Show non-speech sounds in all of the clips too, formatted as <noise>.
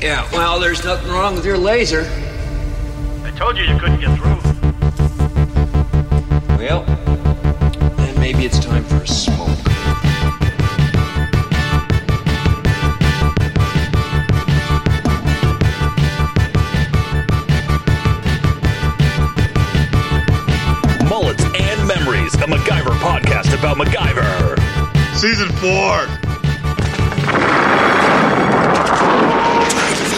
Yeah, well, there's nothing wrong with your laser. I told you you couldn't get through. Well, then maybe it's time for a smoke. Mullets and Memories, a MacGyver podcast about MacGyver. Season four.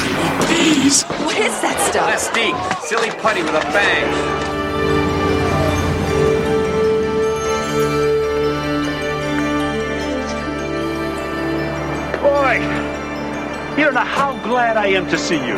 What is that stuff? Mystique, silly putty with a bang. Boy, you don't know how glad I am to see you.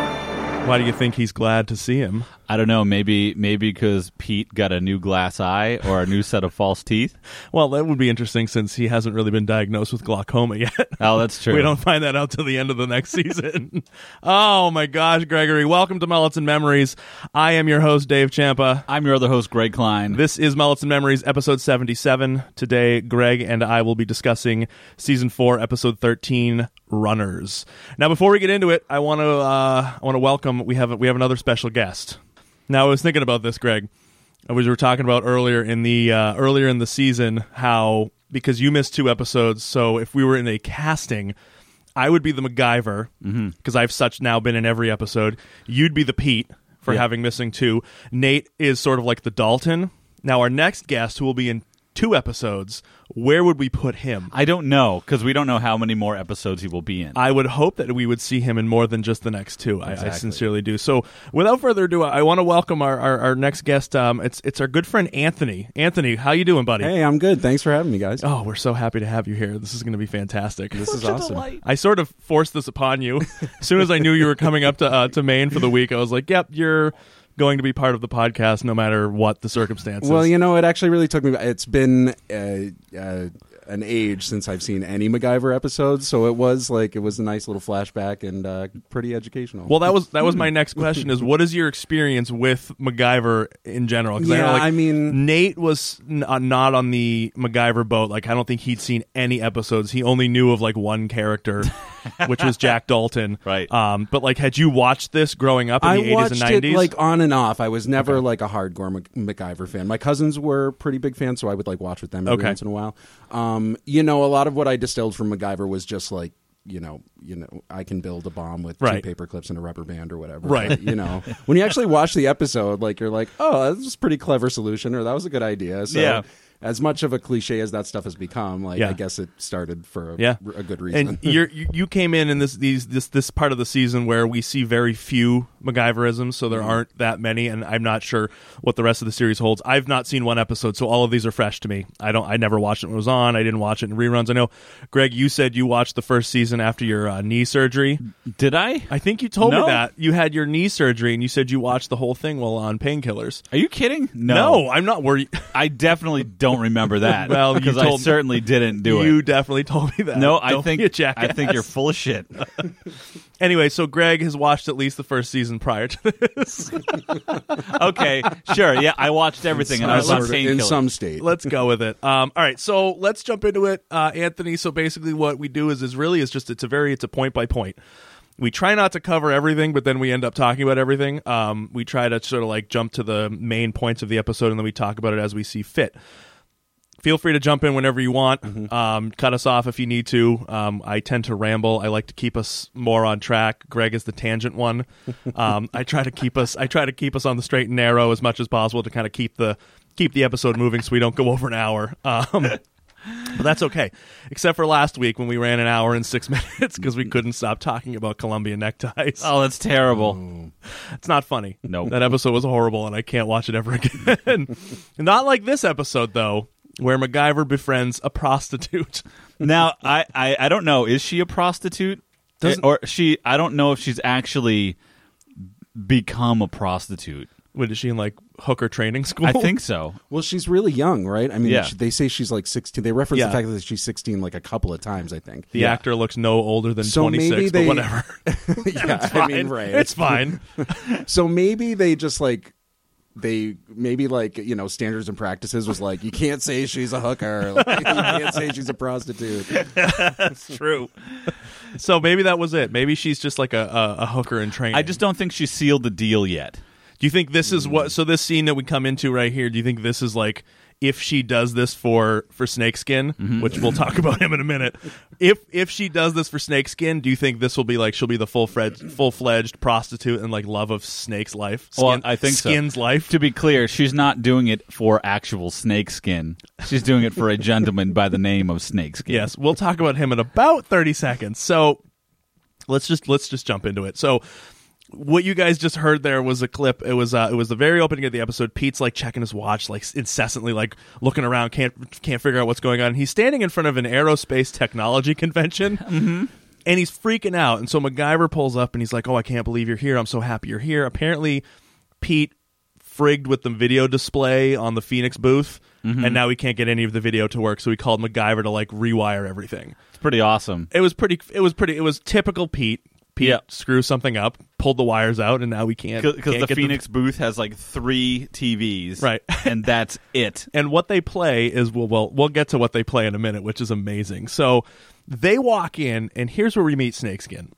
Why do you think he's glad to see him? I don't know. Maybe maybe because Pete got a new glass eye or a new set of false teeth. Well, that would be interesting since he hasn't really been diagnosed with glaucoma <laughs> yet. Oh, that's true. We don't find that out till the end of the next season. <laughs> oh my gosh, Gregory. Welcome to Mullets and Memories. I am your host, Dave Champa. I'm your other host, Greg Klein. This is Mullets and Memories, episode 77. Today, Greg and I will be discussing season 4, episode 13, Runners. Now, before we get into it, I want to uh, I want to welcome we have we have another special guest. Now, I was thinking about this, Greg. Uh, We were talking about earlier in the uh, earlier in the season how because you missed two episodes, so if we were in a casting, I would be the MacGyver because I've such now been in every episode. You'd be the Pete for having missing two. Nate is sort of like the Dalton. Now our next guest, who will be in two episodes, where would we put him? I don't know because we don't know how many more episodes he will be in. I would hope that we would see him in more than just the next two. I, I Exactly. sincerely do. So, without further ado, I, I want to welcome our, our, our next guest. Um, it's it's our good friend Anthony. Anthony, how you doing, buddy? Hey, I'm good. Thanks for having me, guys. Oh, we're so happy to have you here. This is going to be fantastic. this is awesome. I sort of forced this upon <laughs> you. As soon as I knew you were coming up to uh, to Maine for the week, I was like, "Yep, you're going to be part of the podcast, no matter what the circumstances." Well, you know, it actually really took me. It's been uh, uh, an age since I've seen any MacGyver episodes, so it was like it was a nice little flashback and uh, pretty educational. Well, that was that was my Hmm. next question: is what is your experience with MacGyver in general? 'Cause Yeah, I mean- Nate was n- uh, not on the MacGyver boat. Like, I don't think he'd seen any episodes. He only knew of like one character, which was <laughs> Jack Dalton. Right. Um, but like, had you watched this growing up in I the eighties watched and nineties? it like on and off. I was never like a hardcore Mac- MacGyver fan. My cousins were pretty big fans, so I would like watch with them every Okay. once in a while. Um, you know, a lot of what I distilled from MacGyver was just like you know, you know, I can build a bomb with Right. two paper clips and a rubber band or whatever. Right. But, <laughs> you know, when you actually watch the episode, like you're like, oh, that's a pretty clever solution, or that was a good idea. So Yeah. As much of a cliche as that stuff has become, like Yeah. I guess it started for a, yeah, a good <laughs> reason. And <laughs> you're, you you came in in this these this this part of the season where we see very few MacGyverisms, so there Mm-hmm. aren't that many, and I'm not sure what the rest of the series holds. I've not seen one episode, so all of these are fresh to me. I don't I never watched it when it was on. I didn't watch it in reruns. I know, Greg, you said you watched the first season after your uh, knee surgery. Did I? I think you told No. me that you had your knee surgery, and you said you watched the whole thing while on painkillers. Are you kidding? No, I'm not worried. I definitely don't remember that. <laughs> Well, you because I told- certainly didn't do <laughs> You it. definitely told me that. No, I Don't think be a jackass. I think you're full of shit. Anyway, so Greg has watched at least the first season prior to this. okay, sure. Yeah, I watched everything and I was Sort on of in painkillers. some state. let's go with it. Um, all right, so let's jump into it, uh, Anthony. So basically, what we do is is really is just it's a very it's a point by point. We try not to cover everything, but then we end up talking about everything. Um, we try to sort of like jump to the main points of the episode, and then we talk about it as we see fit. Feel free to jump in whenever you want. Um, cut us off if you need to. Um, I tend to ramble. I like to keep us more on track. Greg is the tangent one. Um, I try to keep us. I try to keep us on the straight and narrow as much as possible to kind of keep the keep the episode moving so we don't go over an hour. Um, but that's okay, except for last week when we ran an hour and six <laughs> minutes because we couldn't stop talking about Colombian neckties. Oh, that's terrible. It's not funny. Nope. That episode was horrible, and I can't watch it ever <laughs> again. not like this episode, though, where MacGyver befriends a prostitute. <laughs> now, I, I I don't know. Is she a prostitute? Doesn't- or she? I don't know if she's actually become a prostitute. What is she in, like, hooker training school? I think so. Well, she's really young, right? I mean, Yeah. she- they say she's like 16. They reference Yeah. the fact that she's 16 like a couple of times, I think. the actor looks no older than So 26, maybe but they- <laughs> whatever. <laughs> yeah, I mean, right. It's fine. so maybe they just like they maybe like you know standards and practices was like you can't say she's a hooker, <laughs> like, you can't say she's a prostitute. It's true. so maybe that was it. Maybe she's just like a, a, a hooker in training. I just don't think she sealed the deal yet. Do you think this is what? Mm. So this scene that we come into right here. Do you think this is like if she does this for for Snakeskin, Mm-hmm. which we'll talk <laughs> about him in a minute. If if she does this for Snakeskin, do you think this will be like she'll be the full fred full fledged prostitute and like love of Snake's life? Well, Skin- I think so. Skin's life. To be clear, she's not doing it for actual snakeskin. She's doing it for a gentleman by the name of Snakeskin. Yes, we'll talk about him in about 30 seconds. So let's just let's just jump into it. So what you guys just heard there was a clip. It was uh, it was the very opening of the episode. Pete's like checking his watch, like incessantly, like looking around, can't can't figure out what's going on. He's standing in front of an aerospace technology convention, and he's freaking out. And so MacGyver pulls up, and he's like, "Oh, I can't believe you're here! I'm so happy you're here." Apparently, Pete frigged with the video display on the Phoenix booth, Mm-hmm. and now he can't get any of the video to work. So he called MacGyver to like rewire everything. It's pretty awesome. It was pretty. It was pretty. It was typical Pete. Pete Yeah. screws something up, pulled the wires out, and now we can't Because can't the get Phoenix booth has like three TVs. Right. and that's it. and what they play is well, well, we'll get to what they play in a minute, which is amazing. So they walk in, and here's where we meet Snakeskin.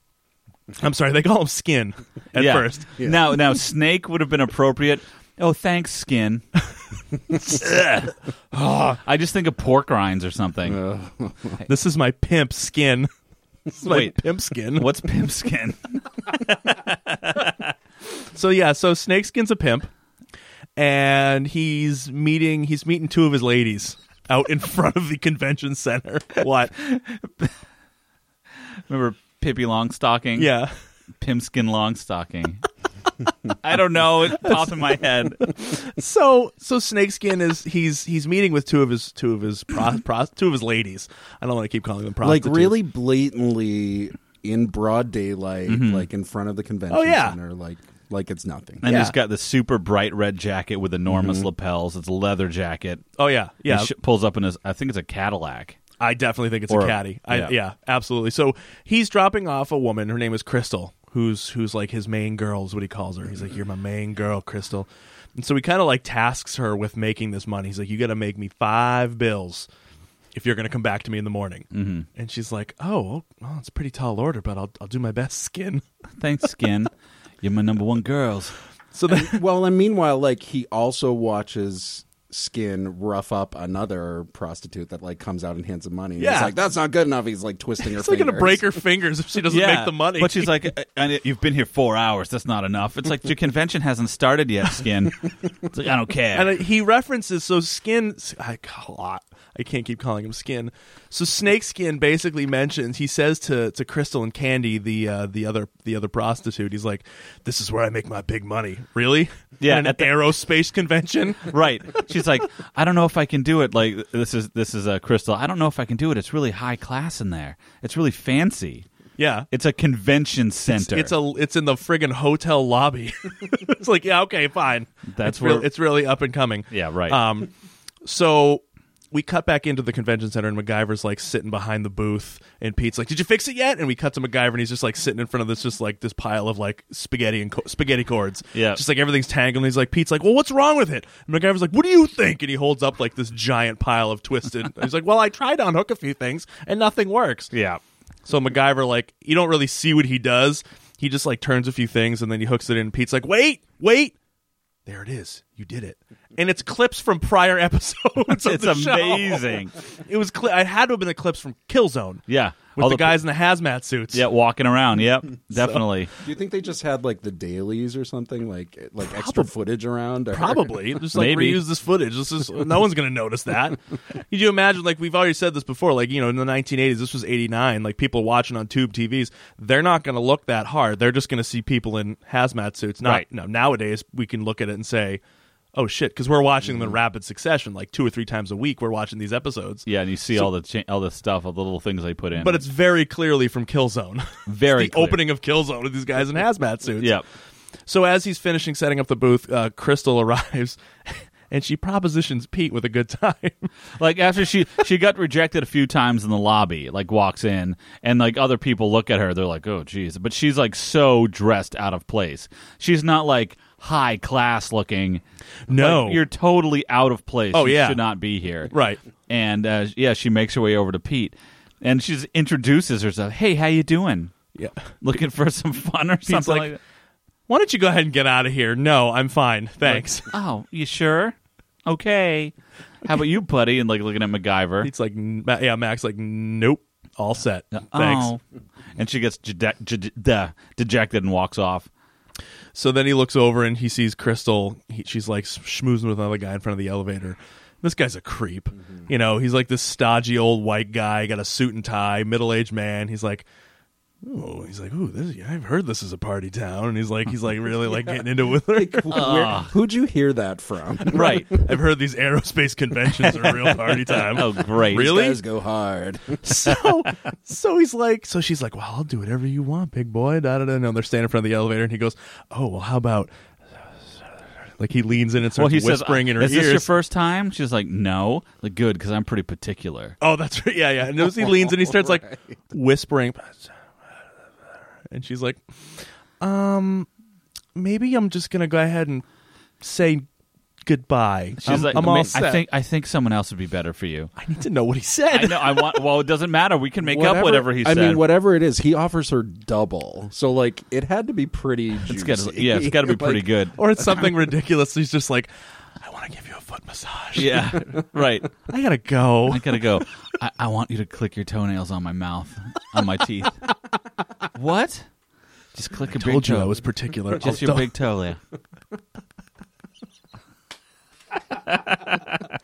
I'm sorry, they call him Skin at Yeah. first. Now, now Snake would have been appropriate. Oh, thanks, Skin. <laughs> Ah, I just think of pork rinds or something. This is my pimp Skin. <laughs> This is my Wait. pimp <laughs> Skin. What's pimp skin? So yeah, so Snakeskin's a pimp, and he's meeting he's meeting two of his ladies out in <laughs> front of the convention center. What? Remember Pippi Longstocking? Yeah. Pimp skin Longstocking. <laughs> I don't know. It popped in my head. so so snakeskin is he's he's meeting with two of his two of his pro, pro, two of his ladies i don't want to keep calling them Like prostitutes really blatantly in broad daylight, like in front of the convention Mm-hmm. Oh, yeah. center, like like it's nothing. And Yeah. he's got the super bright red jacket with enormous lapels. It's a leather jacket. oh yeah yeah He sh- pulls up in his, I think it's a Cadillac. i definitely think it's Or- a caddy I, yeah. yeah. absolutely so he's dropping off a woman her name is crystal who's who's like his main girl is what he calls her he's like you're my main girl crystal and so he kind of like tasks her with making this money he's like you got to make me five bills if you're going to come back to me in the morning mm-hmm. and she's like oh well it's a pretty tall order but i'll, I'll do my best skin Thanks, Skin. You're my number one girls. so then well, and meanwhile, like he also watches Skin rough up another prostitute that like comes out and hands him money. And he's Yeah. like that's not good enough. He's like twisting <laughs> her. It's like gonna fingers. break her fingers if she <laughs> doesn't make the money. But she's <laughs> like, "Uh, and it- you've been here four hours. That's not enough. It's like your convention hasn't started yet, Skin. It's like I don't care. and he references so skin. I lot. I can't keep calling him skin. So snakeskin basically mentions he says to to Crystal and Candy the uh, the other the other prostitute. He's like, "This is where I make my big money." Really? Yeah, At an at the- aerospace convention. <laughs> right? She's like, I don't know if I can do it. Like this is this is a crystal. I don't know if I can do it. It's really high class in there. It's really fancy. Yeah. It's a convention center. It's a it's in the friggin' hotel lobby. <laughs> it's like yeah, okay, fine. That's it's real- where- it's really up and coming. Yeah, right. Um, so we cut back into the convention center, and MacGyver's like sitting behind the booth, and Pete's like, "Did you fix it yet?" And we cut to MacGyver, and he's just like sitting in front of this just like this pile of like spaghetti and co- spaghetti cords. Yeah. just like everything's tangled. And he's like, Pete's like, "Well, what's wrong with it?" And MacGyver's like, "What do you think?" And he holds up like this giant pile of twisted. <laughs> he's like, "Well, I tried to unhook a few things, and nothing works." yeah. So MacGyver, like, you don't really see what he does. He just like turns a few things and then he hooks it in. Pete's like, wait, wait, there it is. You did it. And it's clips from prior <laughs> episodes. of It's the show. amazing. It was. Cli- it had to have been the clips from Killzone. Yeah. with All the, the- guys in the hazmat suits. Yeah, walking around. <laughs> Yep, definitely. Do you think they just had like the dailies or something like like extra footage around? <laughs> Or... Probably. Just like Maybe. reuse this footage. This is no one's gonna <laughs> notice that. Could you imagine like we've already said this before, like, you know, in the nineteen eighties, this was eighty nine, like people watching on tube TVs, they're not gonna look that hard. They're just gonna see people in hazmat suits. Not Right. no nowadays we can look at it and say, Oh shit, because we're watching Mm. them in rapid succession, like two or three times a week we're watching these episodes. Yeah, and you see all the cha- all the stuff, all the little things they put in. But it's very clearly from Killzone. <laughs> Very the clear. opening of Killzone with these guys in hazmat suits. yeah. So as he's finishing setting up the booth, uh, Crystal <laughs> arrives, and she propositions Pete with a good time. <laughs> Like after she she got rejected a few times in the lobby, like walks in and like other people look at her, they're like, "Oh, geez," but she's like so dressed out of place. She's not like high class looking. No. Like, you're totally out of place. Oh, You yeah. should not be here. Right. And uh, yeah, she makes her way over to Pete, and she just introduces herself. Hey, how you doing? Yeah. Looking for some fun or something like, like that. Why don't you go ahead and get out of here? No, I'm fine. Thanks. Oh, you sure? Okay. How about you, buddy? And like looking at MacGyver. <laughs> Pete's like, "N- Ma- yeah, Max like, nope, all set. Thanks. Oh. And she gets jede- jede- duh, dejected and walks off. So then he looks over and he sees Crystal. He, she's like schmoozing with another guy in front of the elevator. This guy's a creep. You know, he's like this stodgy old white guy, got a suit and tie, middle aged man. He's like, oh, he's like, ooh, this, I've heard this is a party town. And he's like, he's like really like getting into it with her. Where- Ah. who'd you hear that from? Right. I've heard these aerospace conventions are a real party <laughs> time. Oh, great. <laughs> Really? Guys go hard. so so he's like so she's like well i'll do whatever you want big boy da, da, da. and they're standing in front of the elevator and he goes oh well how about like he leans in and starts Well, he says, whispering in her "Is ears this your first time?" She's like, "No." Like, good because I'm pretty particular. oh that's right yeah yeah and notice he leans and he <laughs> starts like whispering and she's like um maybe i'm just gonna go ahead and say goodbye She's I'm, like, I'm "Ma- all I set. think I think someone else would be better for you." i need to know what he said I know. I want. Well, it doesn't matter. We can make up whatever he I said. mean, whatever it is, he offers her double. So like, it had to be pretty. Juicy. It's gotta, yeah, it's got to be <laughs> Like, <laughs> pretty good. <laughs> or it's something ridiculous he's just like i want to give you a foot massage Yeah. <laughs> Right. i gotta go I gotta go. I, I want you to click your toenails on my mouth, on my <laughs> teeth. What? Just click a big told you toe. I was <laughs> particular. Just Oh, your don't- big toe there. I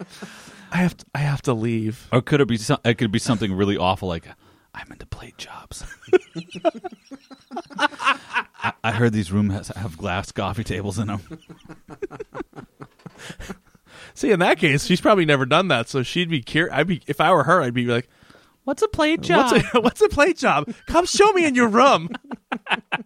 have to, I have to leave. Or could it be? So, it could be something really awful, like I'm into plate jobs. <laughs> I, I heard these rooms have glass coffee tables in them. See, in that case, she's probably never done that, so she'd be curious. I'd be if I were her, I'd be like, What's a plate "What's a <laughs> what's a play job? Come show me in your room."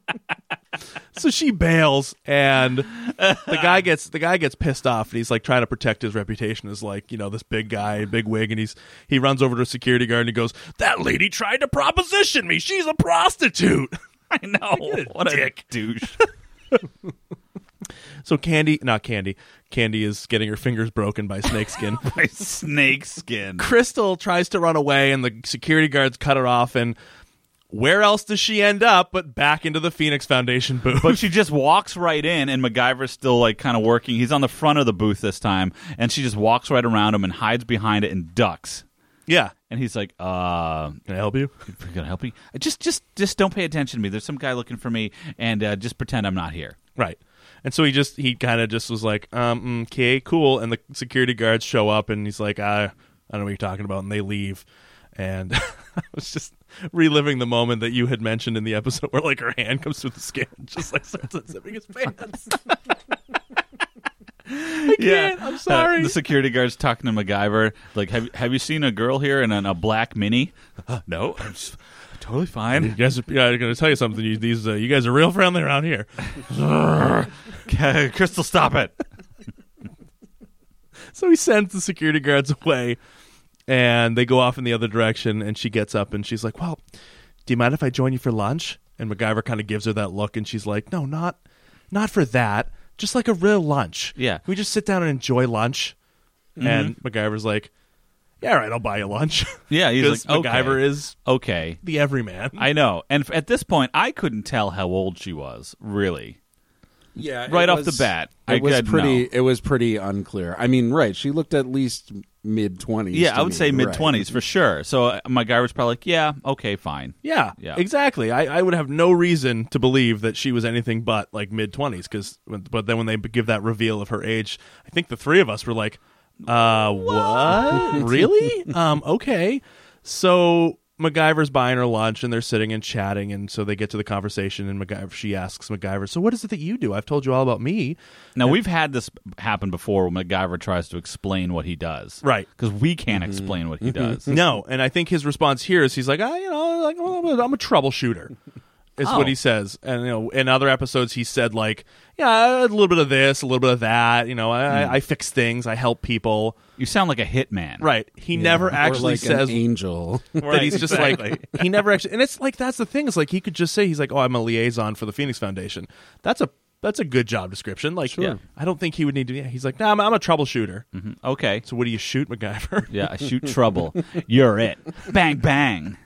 <laughs> so she bails, and the guy gets the guy gets pissed off, and he's like trying to protect his reputation as like you know this big guy, big wig, and he's he runs over to a security guard and he goes, "That lady tried to proposition me. She's a prostitute." <laughs> <laughs> I <laughs> know. What a dick. <laughs> douche. So Candy, not Candy, Candy is getting her fingers broken by Snakeskin. My snake skin. <laughs> Crystal tries to run away, and the security guards cut her off. And where else does she end up but back into the Phoenix Foundation booth? But she just walks right in, and MacGyver's still like kind of working. He's on the front of the booth this time, and she just walks right around him and hides behind it and ducks. yeah, And he's like, "Uh, can I help you? we're gonna help you. Just, just, just don't pay attention to me. There's some guy looking for me, and uh, just pretend I'm not here." Right. And so he just he kind of just was like, um, okay, cool. And the security guards show up, and he's like, I, I don't know what you're talking about, and they leave. And <laughs> I was just reliving the moment that you had mentioned in the episode where like her hand comes through the skin, <laughs> and just like starts unzipping his pants. <laughs> Yeah, Uh, I'm sorry. the security guard's talking to MacGyver. Like, have have you seen a girl here in an, a black mini? Uh, no, I'm s- totally You fine. guys, are, yeah, I'm gonna tell you something. You, these, uh, you guys are real friendly around here. <laughs> Crystal, stop it. So he sends the security guards <laughs> away, and they go off in the other direction. And she gets up and she's like, "Well, do you mind if I join you for lunch?" And MacGyver kind of gives her that look, and she's like, "No, not, not for that. Just like a real lunch. Yeah. Mm-hmm. Can we just sit down and enjoy lunch." And MacGyver's like, "Yeah, all right, I'll buy you lunch." Yeah, he's <laughs> 'Cause like, MacGyver okay. is Okay, the everyman. I know. And f- at this point, I couldn't tell how old she was, really. Yeah, it Right off was- the bat, I It was could pretty. know. It was pretty unclear. I mean, right? She looked at least mid twenties. Yeah, I would say mid 20s for sure. So uh, my guy was probably like, yeah, okay, fine. Yeah, Yeah. exactly. I, I would have no reason to believe that she was anything but like mid twenties. Because but then when they give that reveal of her age, I think the three of us were like, "Uh, what? <laughs> really? Um, okay." So MacGyver's buying her lunch, and they're sitting and chatting, and so they get to the conversation, and MacGyver she asks MacGyver, "So what is it that you do? I've told you all about me." Now, we've had this happen before when MacGyver tries to explain what he does. Right. Mm-hmm. Because we can't explain what he does. No, and I think his response here is he's like, I, you know, like well, I'm, a, I'm a troubleshooter, is Oh. what he says. And you know, in other episodes, he said like, yeah, a little bit of this, a little bit of that. You know, I, Hmm. I I fix things, I help people. You sound like a hitman. Right. He never actually like says an angel. <laughs> that he's just like he never actually. And it's like that's the thing is like he could just say he's like, oh, I'm a liaison for the Phoenix Foundation. That's a That's a good job description. Like, Sure. Hmm. I don't think he would need to. Yeah, he's like, nah, I'm, I'm a troubleshooter. Okay. So what do you shoot, MacGyver? Yeah, I shoot trouble. You're it. Bang bang.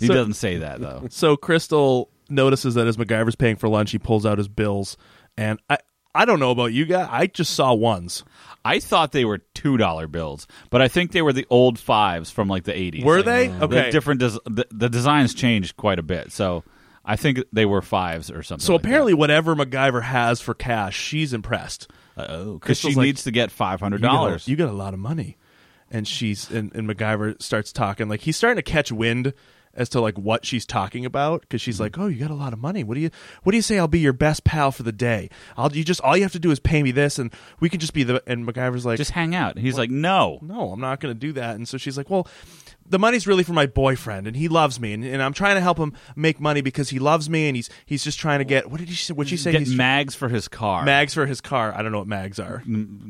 He So- doesn't say that though. So Crystal notices that as MacGyver's paying for lunch, he pulls out his bills, and I I don't know about you guys, I just saw ones. I thought they were two dollar bills, but I think they were the old fives from like the eighties. Were they? Okay. The different des- the, the designs changed quite a bit, so I think they were fives or something. So like apparently, whatever MacGyver has for cash, she's impressed. that. oh, because she Crystal's like, needs to get five hundred You got a- dollars. You got a lot of money, and she's and, and MacGyver starts talking like he's starting to catch wind as to like what she's talking about because Mm-hmm. she's like, "Oh, you got a lot of money. What do you What do you say? I'll be your best pal for the day. I'll you just all you have to do is pay me this, and we can just be the." And MacGyver's like, Just hang out. And he's like, no. no, I'm not going to do that. And so she's like, well, the money's really for my boyfriend, and he loves me, and, and I'm trying to help him make money because he loves me, and he's he's just trying to get what did she say? What she say? Get he's mags for his car. mags for his car. I don't know what mags are.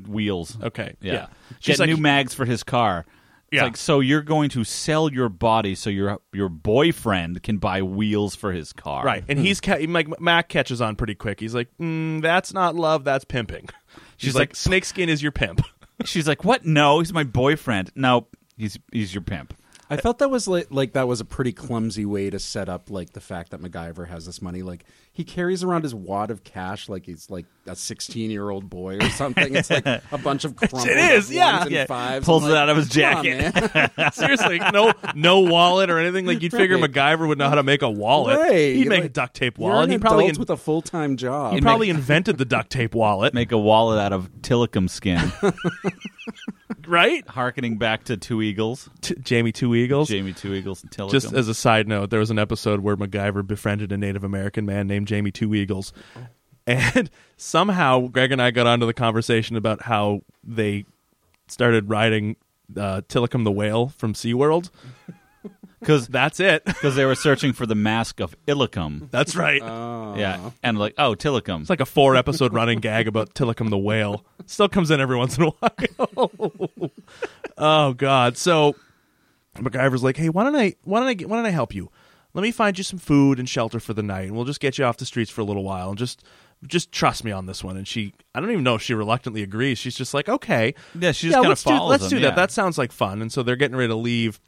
wheels. Okay, Yeah. yeah. She's Get like- new mags for his car. It's Yeah. like so you're going to sell your body so your your boyfriend can buy wheels for his car. Right, Hmm. and he's ca- like Mac catches on pretty quick. He's like, mm, "That's not love, that's pimping." <laughs> She's, She's like, like- "Snakeskin is your pimp." <laughs> She's like, "What? No, he's my boyfriend. No, he's he's your pimp." I felt that was like, like that was a pretty clumsy way to set up like the fact that MacGyver has this money. Like he carries around his wad of cash like he's like a sixteen year old boy or something. It's like a bunch of crumpled It is, ones yeah. and Yeah. fives. Pulls I'm it like, out of his "Come on, jacket." man." Seriously, no, no wallet or anything. Like you'd figure Right. MacGyver would know how to make a wallet. Right. He'd make Like, a duct tape You're wallet. an he probably adult in- with a full time job. <laughs> he probably invented the duct tape wallet, Make a wallet out of tillicum <laughs> skin, right? harkening back to Two Eagles, T- Jamie Two Eagles. Jamie Two Eagles and Tillicum. Just as a side note, there was an episode where MacGyver befriended a Native American man named Jamie Two Eagles, and <laughs> somehow Greg and I got onto the conversation about how they started riding uh, Tillicum the whale from <laughs> SeaWorld. because That's it. they were searching for the mask of Illicum. That's right. Yeah, and like, oh, Tillicum. it's like a four episode running gag about Tillicum the whale. Still comes in every once in a while. <laughs> oh God! So MacGyver's like, hey, why don't I why don't I get, why don't I help you? Let me find you some food and shelter for the night, and we'll just get you off the streets for a little while, and just just trust me on this one. And she, I don't even know if she reluctantly agrees. She's just like, okay, Yeah, she just kinda let's do- follows Let's him, do that. yeah. That sounds like fun. And so they're getting ready to leave,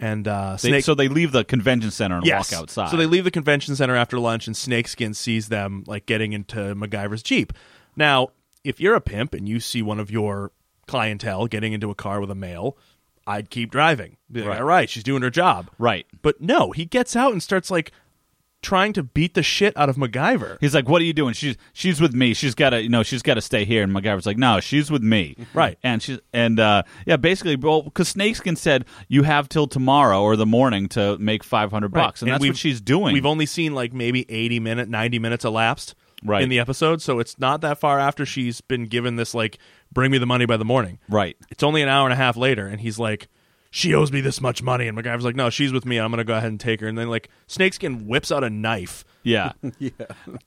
and uh, They- Snake. so they leave the convention center and Yes. walk outside. So they leave the convention center after lunch, and Snakeskin sees them like getting into MacGyver's jeep. Now, if you're a pimp and you see one of your clientele getting into a car with a male, I'd keep driving. Be like, Right. All right, she's doing her job. Right. But no, he gets out and starts like trying to beat the shit out of MacGyver. He's like, "What are you doing?" She's she's with me. She's got to you know she's got to stay here. And MacGyver's like, "No, she's with me." <laughs> Right. And she's and uh, yeah, basically, well, because Snakeskin said you have till tomorrow or the morning to make five hundred Right. bucks, and, that's we've- what she's doing. We've only seen like maybe 80 minute, 90 minutes elapsed Right. in the episode, so it's not that far after she's been given this like bring me the money by the morning. right. It's only an hour and a half later, and he's like, "She owes me this much money." And MacGyver's like, "No, she's with me. I'm gonna go ahead and take her." And then like Snakeskin whips out a knife. <laughs> Yeah. yeah.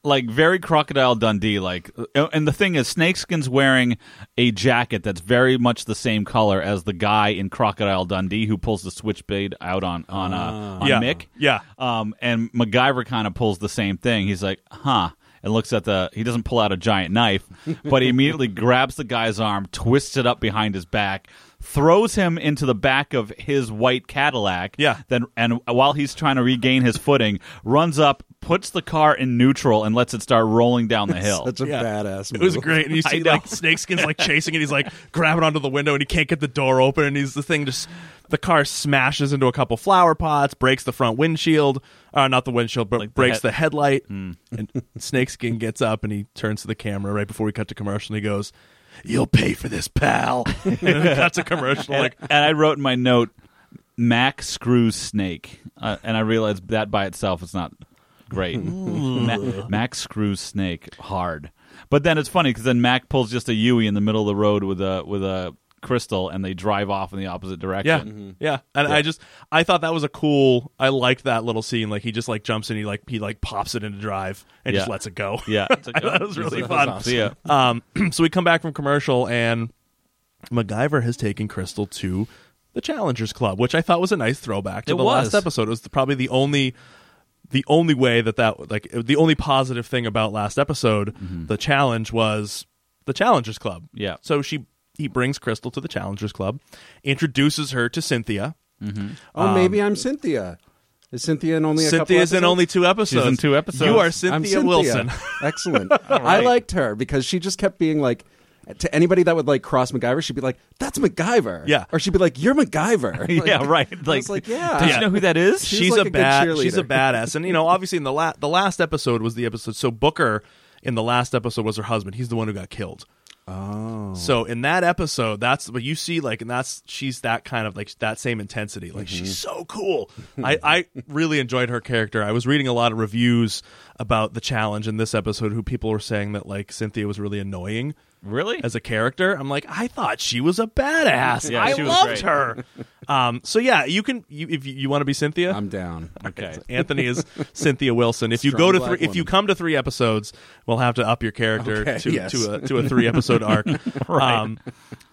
Like very crocodile Dundee like uh, and the thing is Snakeskin's wearing a jacket that's very much the same color as the guy in Crocodile Dundee who pulls the switchblade out on on uh, on Ah. yeah, Mick. yeah. Um and MacGyver kind of pulls the same thing. He's like, "Huh." And looks at the he doesn't pull out a giant knife, but he immediately grabs the guy's arm, twists it up behind his back, throws him into the back of his white Cadillac. Yeah. Then and while he's trying to regain his footing, runs up, puts the car in neutral, and lets it start rolling down the hill. Such a badass. It was move. great, and you <laughs> I see know. like <laughs> Snakeskin's like chasing it. He's like grabbing onto the window, and he can't get the door open. And he's the thing just the car smashes into a couple flower pots, breaks the front windshield, uh, not the windshield, but breaks the Hmm. the headlight. And Snakeskin gets up and he turns to the camera right before we cut to commercial, and he goes, "You'll pay for this, pal." <laughs> and then it cuts to commercial like. <laughs> and I wrote in my note, Mac screws snake, uh, and I realized that by itself is not great. Ma- Mac screws snake hard, but then it's funny because then Mac pulls just a Yui in the middle of the road with a with a crystal, and they drive off in the opposite Yeah, direction. yeah. And I just I thought that was a cool. I liked that little scene. Like he just like jumps and he like he like pops it into drive and just Yeah. lets it go. Yeah, it's like, Mm-hmm. <laughs> I thought it was oh, really that's fun. awesome. See ya. Um, <clears throat> so we come back from commercial and MacGyver has taken Crystal to the Challengers Club, which I thought was a nice throwback to It the was. last episode. It was the, probably the only the only way that that like the only positive thing about last episode, the challenge was the Challengers Club. Mm-hmm. Yeah. So she he brings Crystal to the Challengers Club, introduces her to Cynthia. Oh, maybe I'm Cynthia. Is Cynthia in only a couple Cynthia's in episodes? only two episodes. in two episodes. You are I'm Cynthia, I'm Wilson. <laughs> Excellent. I liked her because she just kept being like to anybody that would like cross MacGyver, she'd be like, "That's MacGyver." Yeah. or she'd be like, "You're MacGyver." <laughs> <laughs> Like, yeah, right. Like, was <laughs> like, yeah. Do you know who that is? She's she's like a a good bad she's a cheerleader. badass and you know obviously in the la- the last episode was the episode so booker in the last episode was her husband he's the one who got killed oh so in that episode that's what you see like and that's she's that kind of like that same intensity like she's so cool i i really enjoyed her character i was reading a lot of reviews about the challenge in this episode who people were saying that like cynthia was really annoying Really? as a character. I'm like, I thought she was a badass. Yeah, I she was loved great. her. <laughs> Um, so yeah, you can you, if you, you want to be Cynthia. I'm down. okay. Anthony is Cynthia Wilson. If you Strong go to black three, if you woman. come to three episodes, we'll have to up your character Okay, to yes. to a to a three <laughs> episode arc. Right. Um,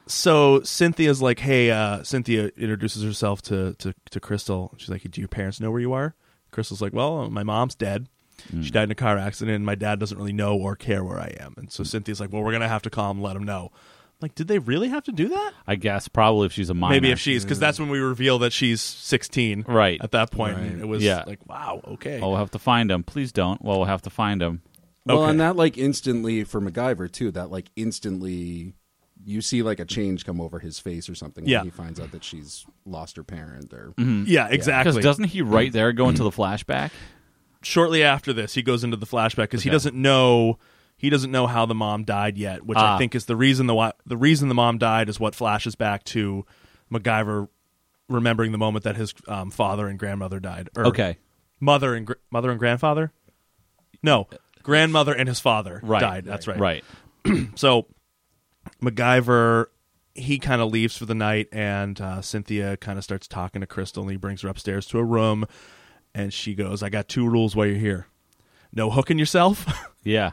so Cynthia's like, hey, uh, Cynthia introduces herself to, to to Crystal. She's like, do your parents know where you are? Crystal's like, well, my mom's dead. Hmm. She died in a car accident, and my dad doesn't really know or care where I am. And Hmm. so Cynthia's like, well, we're gonna have to call him, and let him know. I'm like, did they really have to do that? I guess probably if she's a minor. Maybe if she's because that's when we reveal that she's 16. Right. at that point, and Right. it was Yeah. like, wow, okay. Oh, we'll have to find him. Please don't. Well, we'll have to find him. Well, Okay. and that like instantly for MacGyver too. That like instantly, you see like a change come over his face or something Yeah. when he finds out that she's lost her parent or Yeah, Because exactly. doesn't he right there go into the flashback? Shortly after this, he goes into the flashback because he Okay. doesn't know he doesn't know how the mom died yet, which Ah. I think is the reason the why, the reason the mom died is what flashes back to MacGyver remembering the moment that his um, father and grandmother died. Or Okay. mother and gr- mother and grandfather. No, grandmother and his father Right. died. That's right. Right. So MacGyver he kind of leaves for the night, and uh, Cynthia kind of starts talking to Crystal, and he brings her upstairs to a room, and she goes, "I got two rules while you're here: no hooking yourself, <laughs> Yeah.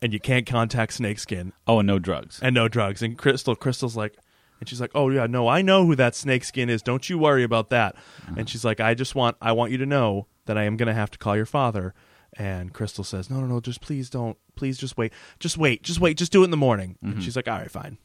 and you can't contact Snakeskin, Oh, and no drugs. and no drugs." And Crystal, Crystal's like. And she's like, "Oh yeah, no, I know who that snakeskin is. Don't you worry about that." And she's like, "I just want, I want you to know that I am gonna have to call your father." And Crystal says, "No, no, no, just please don't, please just wait, just wait, just wait, just do it in the morning." Mm-hmm. And she's like, "All right, fine,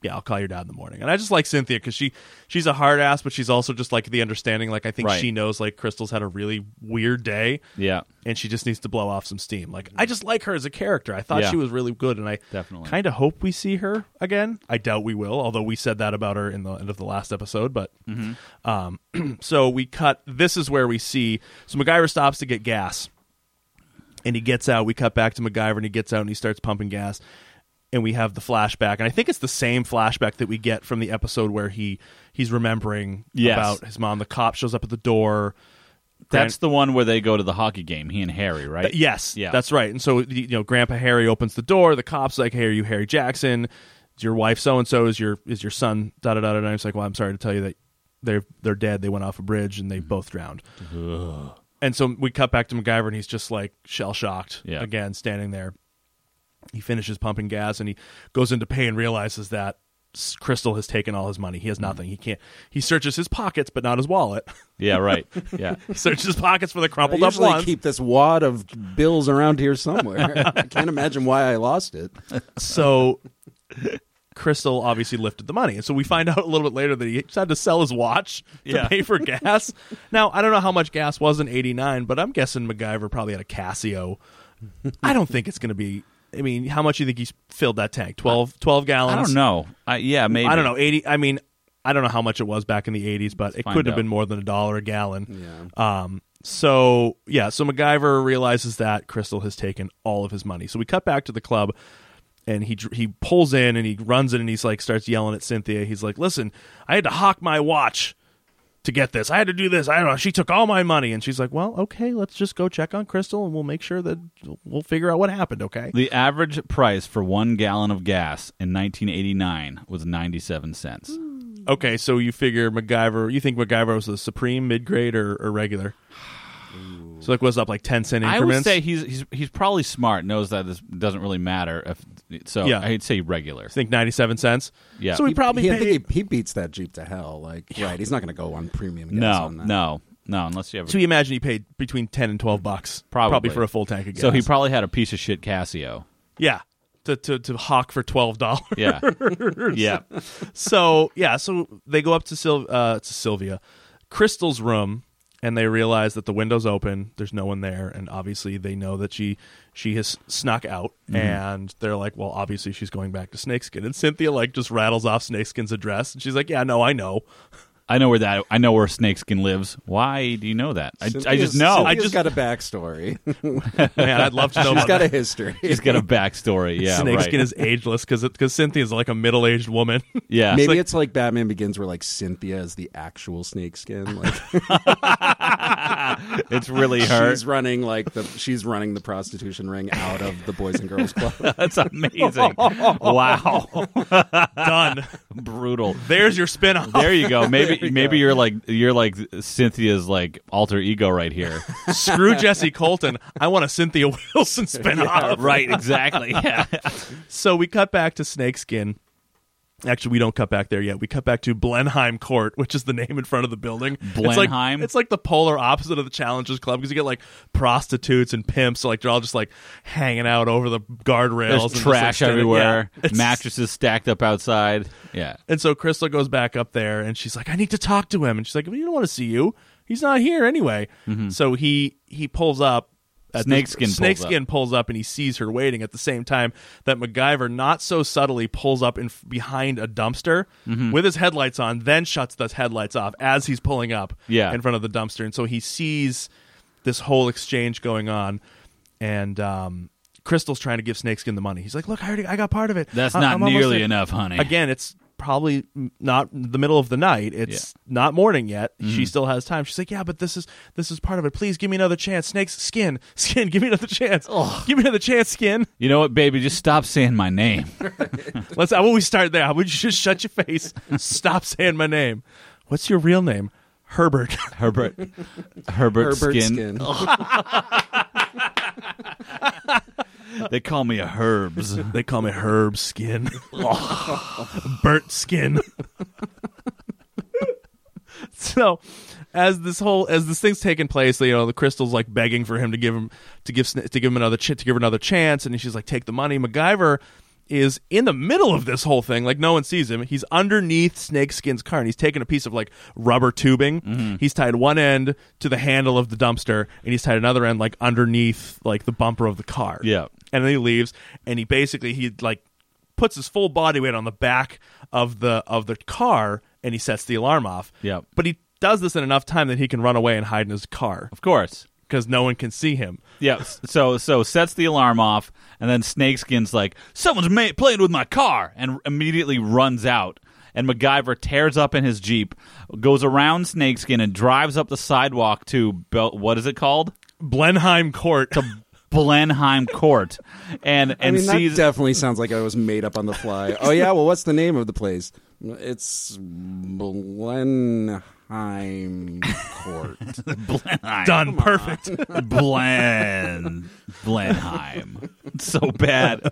yeah, I'll call your dad in the morning." And I just like Cynthia because she she's a hard ass, but she's also just like the understanding. Like I think Right. she knows like Crystal's had a really weird day, Yeah. and she just needs to blow off some steam. Like I just like her as a character. I thought Yeah. she was really good, and I Definitely. kind of hope we see her again. I doubt we will, although we said that about her in the end of the last episode. But Mm-hmm. um, <clears throat> so we cut. This is where we see. So MacGyver stops to get gas, and he gets out. We cut back to MacGyver, and he gets out and he starts pumping gas. And we have the flashback, and I think it's the same flashback that we get from the episode where he he's remembering Yes. about his mom. The cop shows up at the door. That's the one where they go to the hockey game. He and Harry, right? Th- Uh, yes, Yeah. that's right. And so you know, Grandpa Harry opens the door. The cops like, "Hey, are you Harry Jackson? Is your wife so and so? Is your is your son?" Da da da da. And he's like, "Well, I'm sorry to tell you that they're they're dead. They went off a bridge and they Mm-hmm. both drowned." And so we cut back to MacGyver, and he's just like shell shocked Yeah. again, standing there. He finishes pumping gas, and he goes into pay and realizes that S- Crystal has taken all his money. He Mm-hmm. has nothing. He can't. He searches his pockets, but not his wallet. <laughs> Yeah. Right. Yeah. he searches his pockets for the I crumpled up usually ones. keep this wad of bills around here somewhere. I can't imagine why I lost it. So Crystal obviously lifted the money. And so we find out a little bit later that he had to sell his watch to Yeah. pay for gas. Now, I don't know how much gas was in 89, but I'm guessing MacGyver probably had a Casio. I don't think it's going to be. I mean, how much do you think he filled that tank? 12, 12 gallons? I don't know. I, yeah. Maybe. I don't know. 80. I mean, I don't know how much it was back in the 80s, but it find couldn't out. have been more than a dollar a gallon. Yeah. Um, so, yeah, so MacGyver realizes that Crystal has taken all of his money. So we cut back to the club and he dr- he pulls in and he runs in and he's like starts yelling at Cynthia. He's like, "Listen, I had to hawk my watch to get this. I had to do this. I don't know. She took all my money." And she's like, "Well, okay, let's just go check on Crystal and we'll make sure that we'll figure out what happened, okay?" The average price for one gallon of gas in 1989 was 97 cents. Okay, so you figure MacGyver? You think MacGyver was the supreme, mid grade, or, or regular? So like, was up like ten cent I increments. would say he's he's he's probably smart. Knows that this doesn't really matter. If so, Yeah. I'd say regular. think ninety seven cents. Yeah. So we He- probably he, I paid. think he, he beats that Jeep to hell. Like, right? He's not going to go on premium. Gas No, on that. no, No, unless you have. a- So you imagine he paid between ten and twelve bucks, Probably. for a full tank of gas. so he probably had a piece of shit Casio. yeah, to to to hawk for twelve dollars. <laughs> Yeah, yeah. so yeah, so they go up to Syl- uh, to Sylvia, Crystal's room, and they realize that the window's open. There's no one there, and obviously they know that she she has snuck out. Mm-hmm. And they're like, well, obviously she's going back to Snakeskin. And Cynthia like just rattles off Snakeskin's address, and she's like, yeah, no, I know. I know where that. I know where Snakeskin lives. Why do you know that? I, I just Cynthia's- know. Cynthia's I just- got a backstory. Man, I'd love to know. She's about got that. a history. <laughs> He's got a backstory. Yeah, Snakeskin right. is ageless because because Cynthia's like a middle aged woman. <laughs> yeah. Maybe like- it's like Batman Begins, where like Cynthia is the actual snakeskin. Like <laughs> it's <laughs> really her. she's running like the she's running the prostitution ring out of the Boys and Girls Club. <laughs> That's amazing. wow, <laughs> Done. brutal. There's your spin off. There you go. Maybe maybe you're like you're like Cynthia's like alter ego right here. Screw Jesse Colton. I want a Cynthia <laughs> Wilson spin off. right, exactly. Yeah. <laughs> So we cut back to Snakeskin. Actually, we don't cut back there yet. We cut back to Blenheim Court, which is the name in front of the building. It's like, Blenheim? it's like the polar opposite of the Challengers Club because you get like prostitutes and pimps. So like they're all just like hanging out over the guardrails. There's and just, like, trash standing- everywhere. Yeah. <laughs> It's- Mattresses stacked up outside. Yeah. And so Crystal goes back up there and she's like, I need to talk to him. And she's like, well, You don't want to see you. He's not here anyway. So he he pulls up. at the- Mm-hmm. Snakeskin pulls Snakeskin pulls up and he sees her waiting at the same time that MacGyver, not so subtly, pulls up in f- behind a dumpster Mm-hmm. with his headlights on, then shuts the headlights off as he's pulling up Yeah. in front of the dumpster. And so he sees this whole exchange going on. And um, Crystal's trying to give Snakeskin the money. He's like, Look, I, already, I got part of it. That's I- not I'm almost nearly there." enough, honey. again, it's probably not the middle of the night. It's not morning yet. She still has time. She's like, "Yeah, but this is this is part of it. Please give me another chance. Snakes, skin, <laughs> skin. Give me another chance. Give me another chance, skin. You know what, baby? Just stop saying my name. Let's. How about we start there? How about you just shut your face? Stop saying my name. What's your real name? Herbert. Herbert Herbert, Herbert skin. Skin. They call me a Herbs. they call me Herb Skin. <laughs> Burnt Skin. <laughs> so as this whole as this thing's taking place, you know, the crystal's like begging for him to give him to give Sna- to give him another ch- to give her another chance, and she's like, "Take the money." MacGyver is in the middle of this whole thing, like no one sees him. He's underneath Snakeskin's car, and he's taking a piece of like rubber tubing. He's tied one end to the handle of the dumpster, and he's tied another end like underneath like the bumper of the car. Yeah. and then he leaves, and he basically he like puts his full body weight on the back of the of the car and he sets the alarm off. Yep. But he does this in enough time that he can run away and hide in his car Of course. because no one can see him. Yeah. So so sets the alarm off, and then Snakeskin's like, "Someone's ma- playing with my car," and immediately runs out. And MacGyver tears up in his jeep, goes around Snakeskin, and drives up the sidewalk to Bel- what is it called? Blenheim Court. <laughs> Blenheim Court, and and I mean, sees that definitely sounds like I was made up on the fly. <laughs> oh yeah, well, what's the name of the place? It's Blenheim <laughs> Court. Blenheim. Done. Perfect. <laughs> Blen Blenheim. So bad.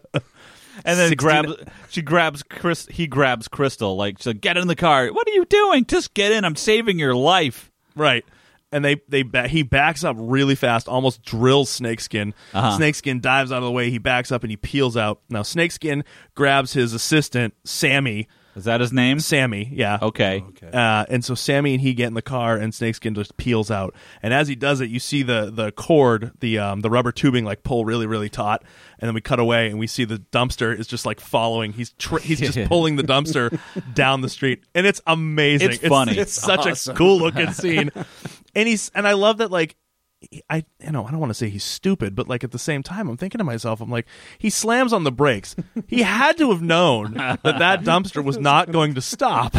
And then grabs she grabs Chris he grabs Crystal like she's like get in the car. What are you doing? Just get in. I'm saving your life. right. And they they ba- he backs up really fast, almost drills Snakeskin. Uh-huh. Snakeskin dives out of the way. He backs up and he peels out. Now Snakeskin grabs his assistant Sammy. Is that his name? Sammy, yeah. Okay. Uh, and so Sammy and he get in the car, and Snakeskin just peels out. And as he does it, you see the the cord, the um, the rubber tubing, like pull really, really taut. And then we cut away, and we see the dumpster is just like following. He's tr- he's just <laughs> pulling the dumpster down the street, and it's amazing. It's funny. It's, such a cool looking scene. and he's and I love that like. he- I you know I don't want to say he's stupid, but like at the same time, I'm thinking to myself, I'm like, he slams on the brakes. He had to have known that that dumpster was not going to stop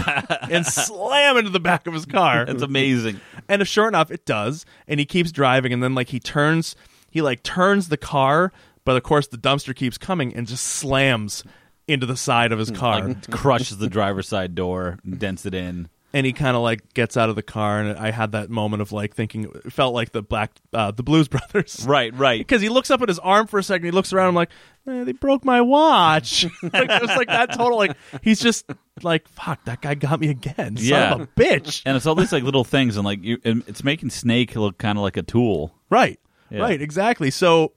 and slam into the back of his car. That's amazing. And if sure enough, it does. And he keeps driving, and then like he turns, he like turns the car, but of course the dumpster keeps coming and just slams into the side of his car. Crushes the driver's side door, dents it in. and he kind of like gets out of the car, and I had that moment of like thinking it felt like the black uh, the Blues <laughs> Brothers, Right, right. Because he looks up at his arm for a second, he looks around, I'm like, eh, they broke my watch. <laughs> like it was like that total like he's just like fuck that guy got me again, son Yeah. of a <laughs> bitch. and it's all these like little things, and like you, and it's making Snake look kind of like a tool. Right. Yeah. Right, exactly. So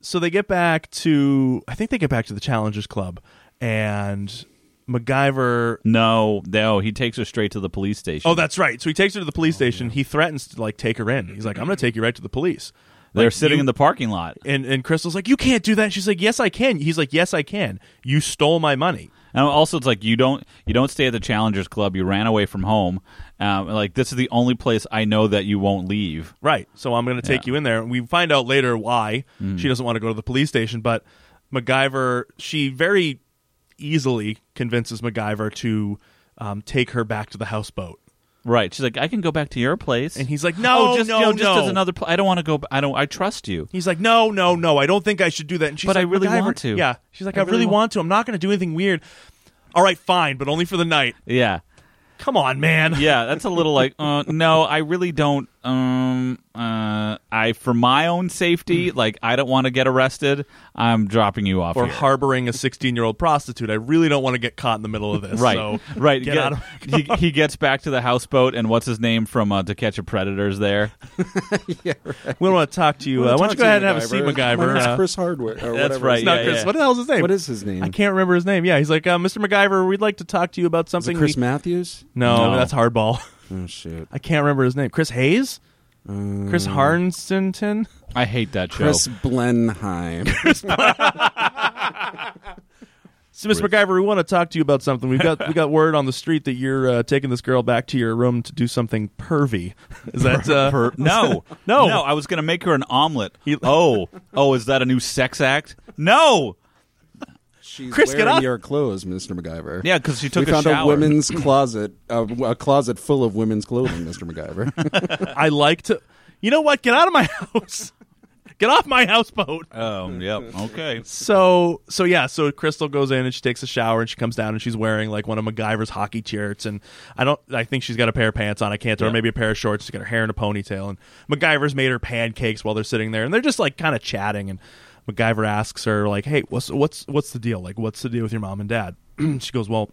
so they get back to I think they get back to the Challengers Club and MacGyver No, no, he takes her straight to the police station. Oh, that's right. So he takes her to the Oh, police station. He threatens to like take her in. He's like, I'm gonna take you right to the police. they're Like, sitting you- in the parking lot, and, and Crystal's like, You can't do that. She's like, Yes, I can. He's like, Yes, I can. You stole my money. and also it's like you don't you don't stay at the Challengers Club. You ran away from home. Um, like this is the only place I know that you won't leave. Right. So I'm going to take Yeah. Mm. you in there. We find out later why she doesn't want to go to the police station, but MacGyver, she very easily convinces MacGyver to um, take her back to the houseboat. Right? She's like, I can go back to your place, And he's like, no, oh, just no, you know, just no. as another. Pl- I don't want to go. b- I don't. I trust you. He's like, no, no, no. I don't think I should do that. And she's But I like, really "MacGyver-" want to. Yeah. She's like, I, I really really wa- want to. I'm not going to do anything weird. All right, fine, but only for the night. Yeah, Come on, man. yeah. That's a little like, uh, no, I really don't. Um, uh, I for my own safety, like I don't want to get arrested. I'm dropping you off Mm. Or here. harboring a 16 year old prostitute. I really don't want to get caught in the middle of this. Right, So right. Get Get- <laughs> out of <laughs> he, he gets back to the houseboat, and what's his name from uh, To Catch a Predator's there. We don't want to talk to you. Uh, why don't you go ahead and have a seat, MacGyver? It's Uh, Chris Hardwick. Or That's whatever. right, his Not name yeah, Chris. yeah. What the hell's his name? What is his name? I can't remember his name. Yeah, he's like, uh, Mr. MacGyver, we'd like to talk to you about Is it something. Chris we- Matthews? no, No. that's hardball. Oh shit. <laughs> I can't remember his name. Chris Hayes? Uh, Chris Harnston? I hate that show. Chris <laughs> Blenheim. So, Mr. MacGyver, we want to talk to you about something. We've got we got word on the street that you're uh, taking this girl back to your room to do something pervy. <laughs> Is that <laughs> uh, Per- no, No. no. I was gonna make her an omelet. oh, oh, is that a new sex act? No. She's Chris, get wearing up. your clothes, Mr. MacGyver. Yeah, because she took we a found shower. a women's closet, a, a closet full of women's clothing, <laughs> Mr. MacGyver. I like to. You know what? Get out of my <laughs> house. Get off my houseboat. Oh, yep. Okay. So so yeah, so Crystal goes in and she takes a shower and she comes down and she's wearing like one of MacGyver's hockey shirts and I don't I think she's got a pair of pants on, I can't tell, or Yeah. maybe a pair of shorts, she's got her hair in a ponytail and MacGyver's made her pancakes while they're sitting there and they're just like kinda chatting and MacGyver asks her, like, Hey, what's what's what's the deal? Like what's the deal with your mom and dad? <clears throat> she goes, Well,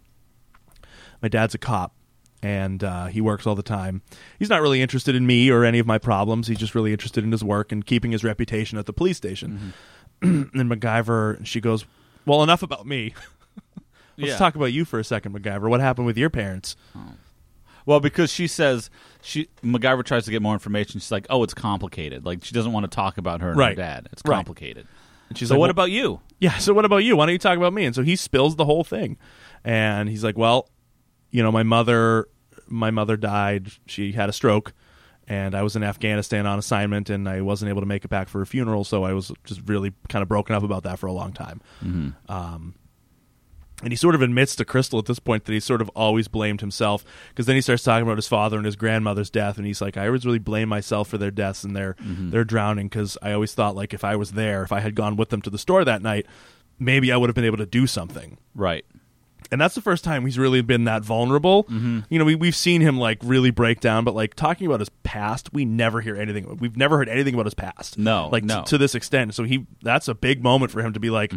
my dad's a cop and uh, he works all the time. He's not really interested in me or any of my problems. He's just really interested in his work and keeping his reputation at the police station. and MacGyver, she goes, Well, enough about me. <laughs> Let's Yeah. talk about you for a second, MacGyver. What happened with your parents? <laughs> Well, because she says she MacGyver tries to get more information. She's like, "Oh, it's complicated. Like she doesn't want to talk about her and Right. her dad. It's Right. complicated." And she's So like, what "Well, about you? yeah so what about you why don't you talk about me and so he spills the whole thing and he's like well you know my mother my mother died she had a stroke and i was in afghanistan on assignment and i wasn't able to make it back for her funeral so i was just really kind of broken up about that for a long time um, and he sort of admits to crystal at this point that he sort of always blamed himself because then he starts talking about his father and his grandmother's death and he's like i always really blame myself for their deaths and their their drowning because i always thought like if i was there if i had gone with them to the store that night maybe i would have been able to do something Right. and that's the first time he's really been that vulnerable. Mm-hmm. You know, we we've seen him like really break down, but like talking about his past, we never hear anything. We've never heard anything about his past. No, like t- no. Mm-hmm. to this extent. So he that's a big moment for him to be like,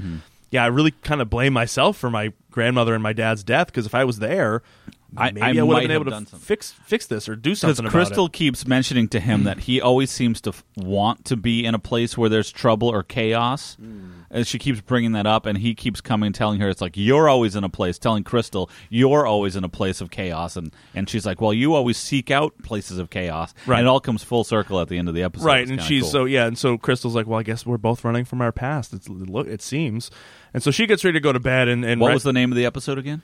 yeah, I really kind of blame myself for my grandmother and my dad's death because if I was there, I- maybe I I, would might have been have able to done f- something. fix fix this or do Because something. about it. Crystal keeps mentioning to him that he always seems to f- want to be in a place where there's trouble or chaos. Hmm. And she keeps bringing that up, and he keeps coming and telling her, it's like, you're always in a place, telling Crystal, you're always in a place of chaos. And, and she's like, well, you always seek out places of chaos. Right. And it all comes full circle at the end of the episode. right It's and kinda she's cool. so yeah and so crystal's like well i guess we're both running from our past it's look it seems and so she gets ready to go to bed and, and What Re- was the name of the episode again?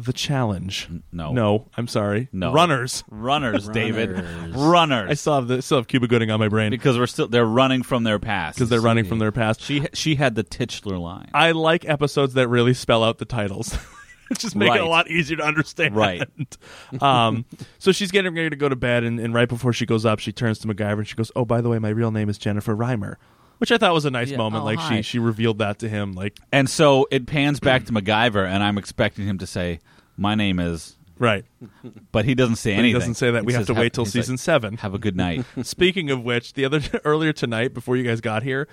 The challenge. no. no, I'm sorry. No. runners. Runners, David. Runners. Runners. I still have the, still have Cuba Gooding on my brain because because we're still they're running from their past. they're running from their past. She she had the titular line. I like episodes that really spell out the titles. <laughs> It's just make it a Right. lot easier to understand. Right. <laughs> um, so she's getting ready to go to bed, and, and right before she goes up, she turns to MacGyver and she goes, "Oh, by the way, my real name is Jennifer Reimer," which I thought was a nice Yeah. moment. Oh, like hi. she she revealed that to him. Like And so it pans back to MacGyver, and I'm expecting him to say, "My name is Right. but he doesn't say But anything. he doesn't say that. He We have says, to wait till he's like, season seven. Have a good night. <laughs> Speaking of which, the other <laughs> earlier tonight, before you guys got here,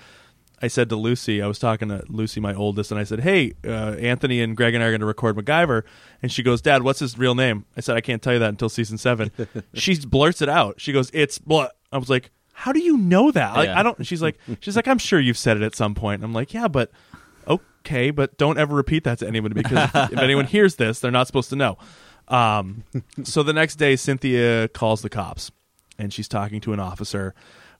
I said to Lucy, I was talking to Lucy, my oldest, and I said, "Hey, uh, Anthony and Greg and I are going to record MacGyver," and she goes, "Dad, what's his real name?" I said, "I can't tell you that until season seven. she blurts it out. She goes, "It's blah." I was like, "How do you know that?" Like, Yeah. I don't. and She's like, "She's like, I'm sure you've said it at some point." And I'm like, "Yeah, but." Okay, but don't ever repeat that to anyone because if, if anyone hears this, they're not supposed to know. Um, so the next day, Cynthia calls the cops and she's talking to an officer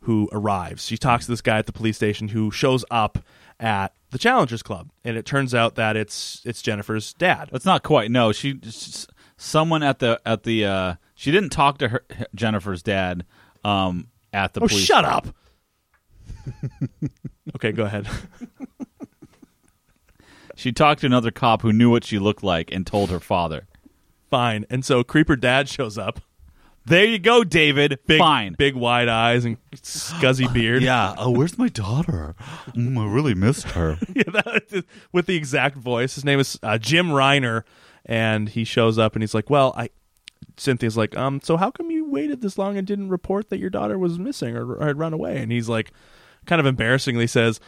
who arrives. She talks to this guy at the police station who shows up at the Challengers Club, and it turns out that it's it's Jennifer's dad. That's not quite. No, she. s- Someone at the at the. Uh, she didn't talk to her Jennifer's dad. Um, at the Oh, police. shut up! <laughs> okay, go ahead. <laughs> She talked to another cop who knew what she looked like and told her father. Fine. And so Creeper Dad shows up. There you go, David. Big, Fine. Big wide eyes and scuzzy beard. <laughs> Yeah. Oh, where's my daughter? Mm, I really missed her. Yeah, that- with the exact voice. His name is uh, Jim Reiner, and he shows up and he's like, "Well, I." Cynthia's like, "Um, so how come you waited this long and didn't report that your daughter was missing or, or had run away?" And he's like, kind of embarrassingly says,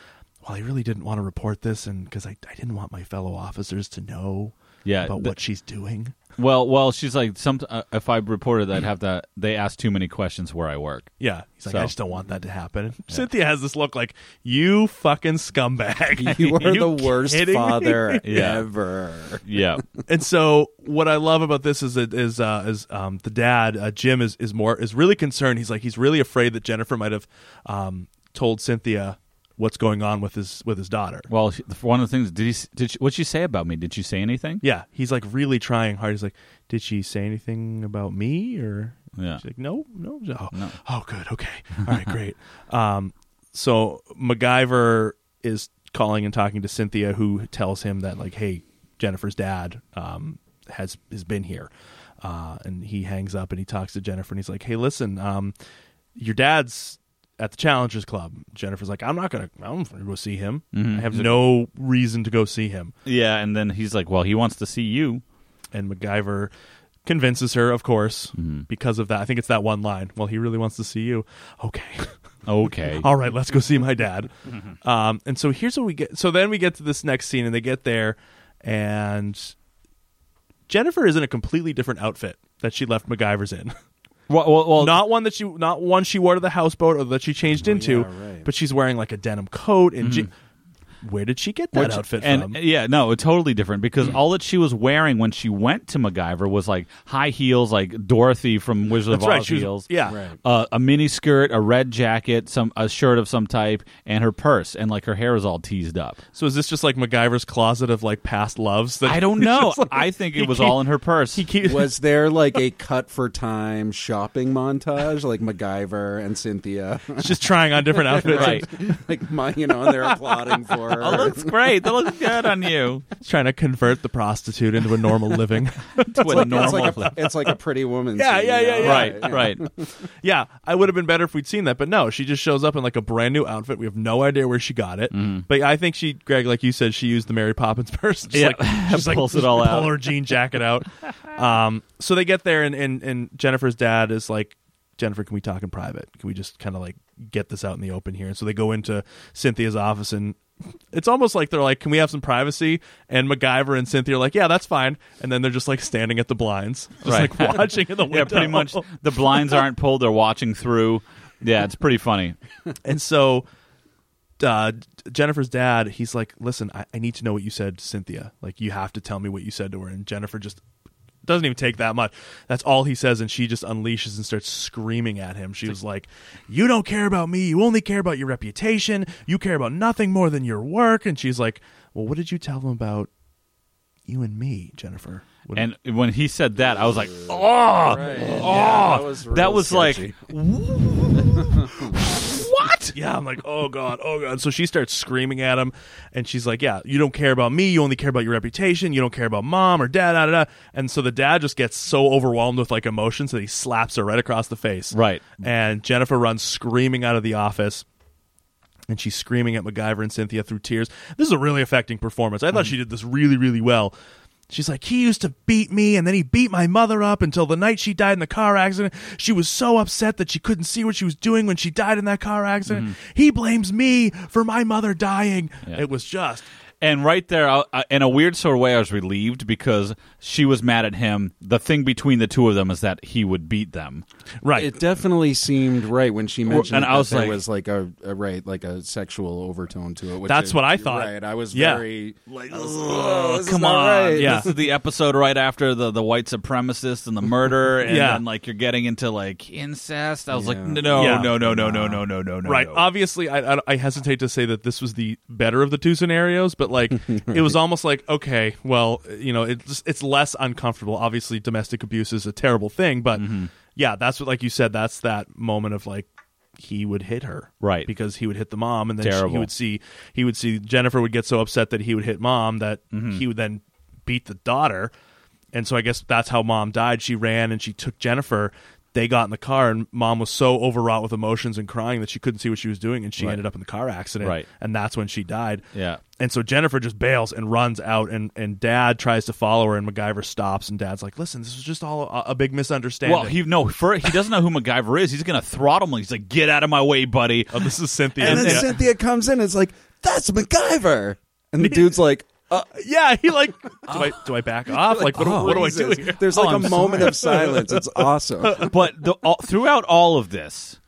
"Well, I really didn't want to report this, and because I I didn't want my fellow officers to know." Yeah, about the- what she's doing. <laughs> well, well, she's like, some. Uh, if I reported, I'd have to. They ask too many questions where I work. Yeah, he's like, So- I just don't want that to happen. And Cynthia has this look like, "You fucking scumbag! <laughs> You are the worst kidding me?" <laughs> father Yeah. ever. Yeah. and so what I love about this is that is uh, is um, the dad uh, Jim is is more is really concerned. He's like he's really afraid that Jennifer might have um, told Cynthia what's going on with his with his daughter. well, she- one of the things. Did he? s- Did she, what'd she say about me? Did she say anything? Yeah, he's like really trying hard. He's like, did she say anything about me or? Yeah. She's like, no, no, no. Oh, good. Okay. All right. Great. <laughs> um, so MacGyver is calling and talking to Cynthia, who tells him that like, hey, Jennifer's dad um, has has been here, uh, and he hangs up and he talks to Jennifer and he's like, hey, listen, um, your dad's at the Challengers Club. Jennifer's like, I'm not gonna, I'm not gonna go see him. I have no reason to go see him Yeah, and then he's like, "Well, he wants to see you." and MacGyver convinces her, of course, Mm-hmm. because of that. I think it's that one line. Well, he really wants to see you. Okay. <laughs> <laughs> Okay. All right, let's go see my dad. Mm-hmm. um, and so here's what we get. So then we get to this next scene, and they get there, and Jennifer is in a completely different outfit that she left MacGyver's in. well, well, well, not one that she, not one she wore to the houseboat or that she Oh, changed into, right. but she's wearing like a denim coat. And je- where did she get that Mm-hmm. Which- outfit and, from? Yeah, no, it's totally different because all that she was wearing when she went to MacGyver was like high heels, like Dorothy from Wizard That's of right, Oz she was- heels. yeah. Right. uh, a mini skirt, a red jacket, some a shirt of some type, and her purse, and like her hair is all teased up. So is this just like MacGyver's closet of like past loves? That I <laughs> <laughs> don't know. I think he it was keep- all in her purse. he keeps. Was there like a cut for time shopping montage, like MacGyver and Cynthia, <laughs> just trying <laughs> on different outfits. right. like my, you know, and they're applauding for her? That looks great. That looks good on you. It's <laughs> Trying to convert the prostitute into a <laughs> normal living. <laughs> To a it's normal like a, it's like a pretty woman. Yeah, scene, yeah, you know? yeah, yeah. Right, right. <laughs> yeah, I would have been better if we'd seen that, but no, she just shows up in like a brand new outfit. We have no idea where she got it. Mm-hmm. But I think she, Greg, like you said, she used the Mary Poppins purse. <laughs> Just Yeah. <laughs> like, just like Pulls it all out. Pull her jean jacket out. um, so they get there, and, and and Jennifer's dad is like, Jennifer, can we talk in private? Can we just kind of like get this out in the open here? And so they go into Cynthia's office and. It's almost like they're like, "Can we have some privacy?" And MacGyver and Cynthia are like, "Yeah, that's fine." And then they're just like standing at the blinds, just Right. like watching in the <laughs> window. Yeah, pretty much. The blinds aren't pulled; they're watching through. Yeah, it's pretty funny. And so uh, Jennifer's dad, he's like, listen, I, I need to know what you said to Cynthia. Like, you have to tell me what you said to her. And Jennifer just doesn't even take that much. That's all he says. And she just unleashes and starts screaming at him. She was like, you don't care about me. You only care about your reputation. You care about nothing more than your work. And she's like, well, what did you tell him about you and me, Jennifer? What- And when he said that, I was like, "Oh, Yeah, that was, that was like what? Yeah, I'm like, oh god, oh god. So she starts screaming at him, and she's like, yeah, you don't care about me. You only care about your reputation. You don't care about mom or dad. Da, da, da. And so the dad just gets so overwhelmed with like emotions that he slaps her right across the face. Right. And Jennifer runs screaming out of the office. And she's screaming at MacGyver and Cynthia through tears. This is a really affecting performance. I thought she did this really, really well. She's like, he used to beat me, and then he beat my mother up until the night she died in the car accident. She was so upset that she couldn't see what she was doing when she died in that car accident. He blames me for my mother dying. It was just And right there, I, I- in a weird sort of way, I was relieved because she was mad at him. The thing between the two of them is that he would beat them. right. It definitely seemed right when she mentioned and it, I that was there like- was like a, a right like a sexual overtone to it. Which That's is- what I you're thought. Right, I was Yeah. very like, Come on, not right. Yeah. This is the episode right after the, the white supremacist <laughs> and the murder, and Yeah. then like you're getting into like incest. I was like, Yeah. no, Yeah. no, no, no, no, no, no, no, no, right. no. Obviously, I, I I hesitate to say that this was the better of the two scenarios, but <laughs> like it was almost like okay, well, you know, it's it's less uncomfortable. Obviously, domestic abuse is a terrible thing, but Mm-hmm. yeah, that's what like you said, that's that moment of like he would hit her, Right. Because he would hit the mom, and then she, he Terrible. would see he would see Jennifer would get so upset that he would hit mom that Mm-hmm. he would then beat the daughter. And so I guess that's how mom died. She ran and she took Jennifer. They got in the car, and mom was so overwrought with emotions and crying that she couldn't see what she was doing, and she ended up in the car accident. Right. And that's when she died. Yeah. And so Jennifer just bails and runs out, and, and dad tries to follow her, and MacGyver stops, and dad's like, listen, this was just all a, a big misunderstanding. Well, he no, for, he doesn't know who MacGyver is. He's gonna throttle him. He's like, get out of my way, buddy. oh, this is Cynthia. And then Yeah. Cynthia comes in. and It's like that's MacGyver, and the dude's like, <laughs> Yeah, he like do I do <laughs> I back off? Like, <laughs> what, do- what do I do Jesus. here? There's Oh, like a I'm moment of silence. It's <laughs> awesome. <laughs> but the, all, throughout all of this,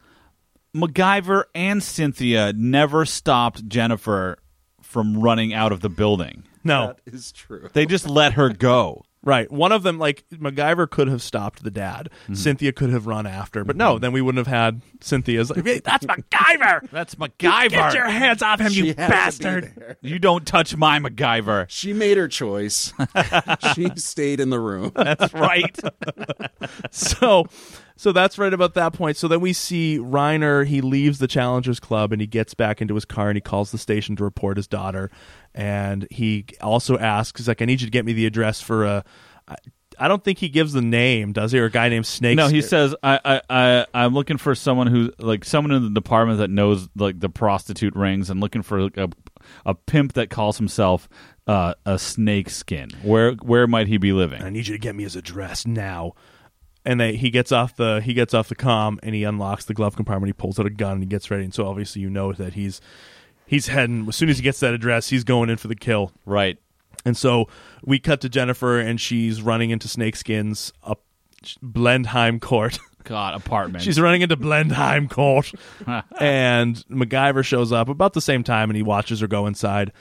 MacGyver and Cynthia never stopped Jennifer from running out of the building. No, that is true. They just let her go. right. One of them, like MacGyver, could have stopped the dad. Cynthia could have run after, but no. Then we wouldn't have had Cynthia's. Like, "Hey, that's MacGyver. That's Get your MacGyver. hands off <laughs> him, She you has to be bastard! there. You don't touch my MacGyver. She made her <laughs> choice. she stayed in the room. That's right. <laughs> So, so that's right about that point. So then we see Reiner. He leaves the Challengers Club and he gets back into his car and he calls the station to report his daughter. And he also asks, he's like, "I need you to get me the address for a." I, I don't think he gives the name, does he? Or a guy named Snake? no, he Skin- says I, I I I'm looking for someone who like someone in the department that knows like the prostitute rings and looking for like, a a pimp that calls himself uh, a snake skin. Where where might he be living? I need you to get me his address now. And they, he gets off the he gets off the comm and he unlocks the glove compartment. He pulls out a gun and he gets ready. And so obviously you know that he's he's heading as soon as he gets that address, he's going in for the kill. Right. And so we cut to Jennifer and she's running into Snakeskin's up Blendheim <laughs> Court. God, apartment. she's running into Blendheim <laughs> Court, and MacGyver shows up about the same time and he watches her go inside.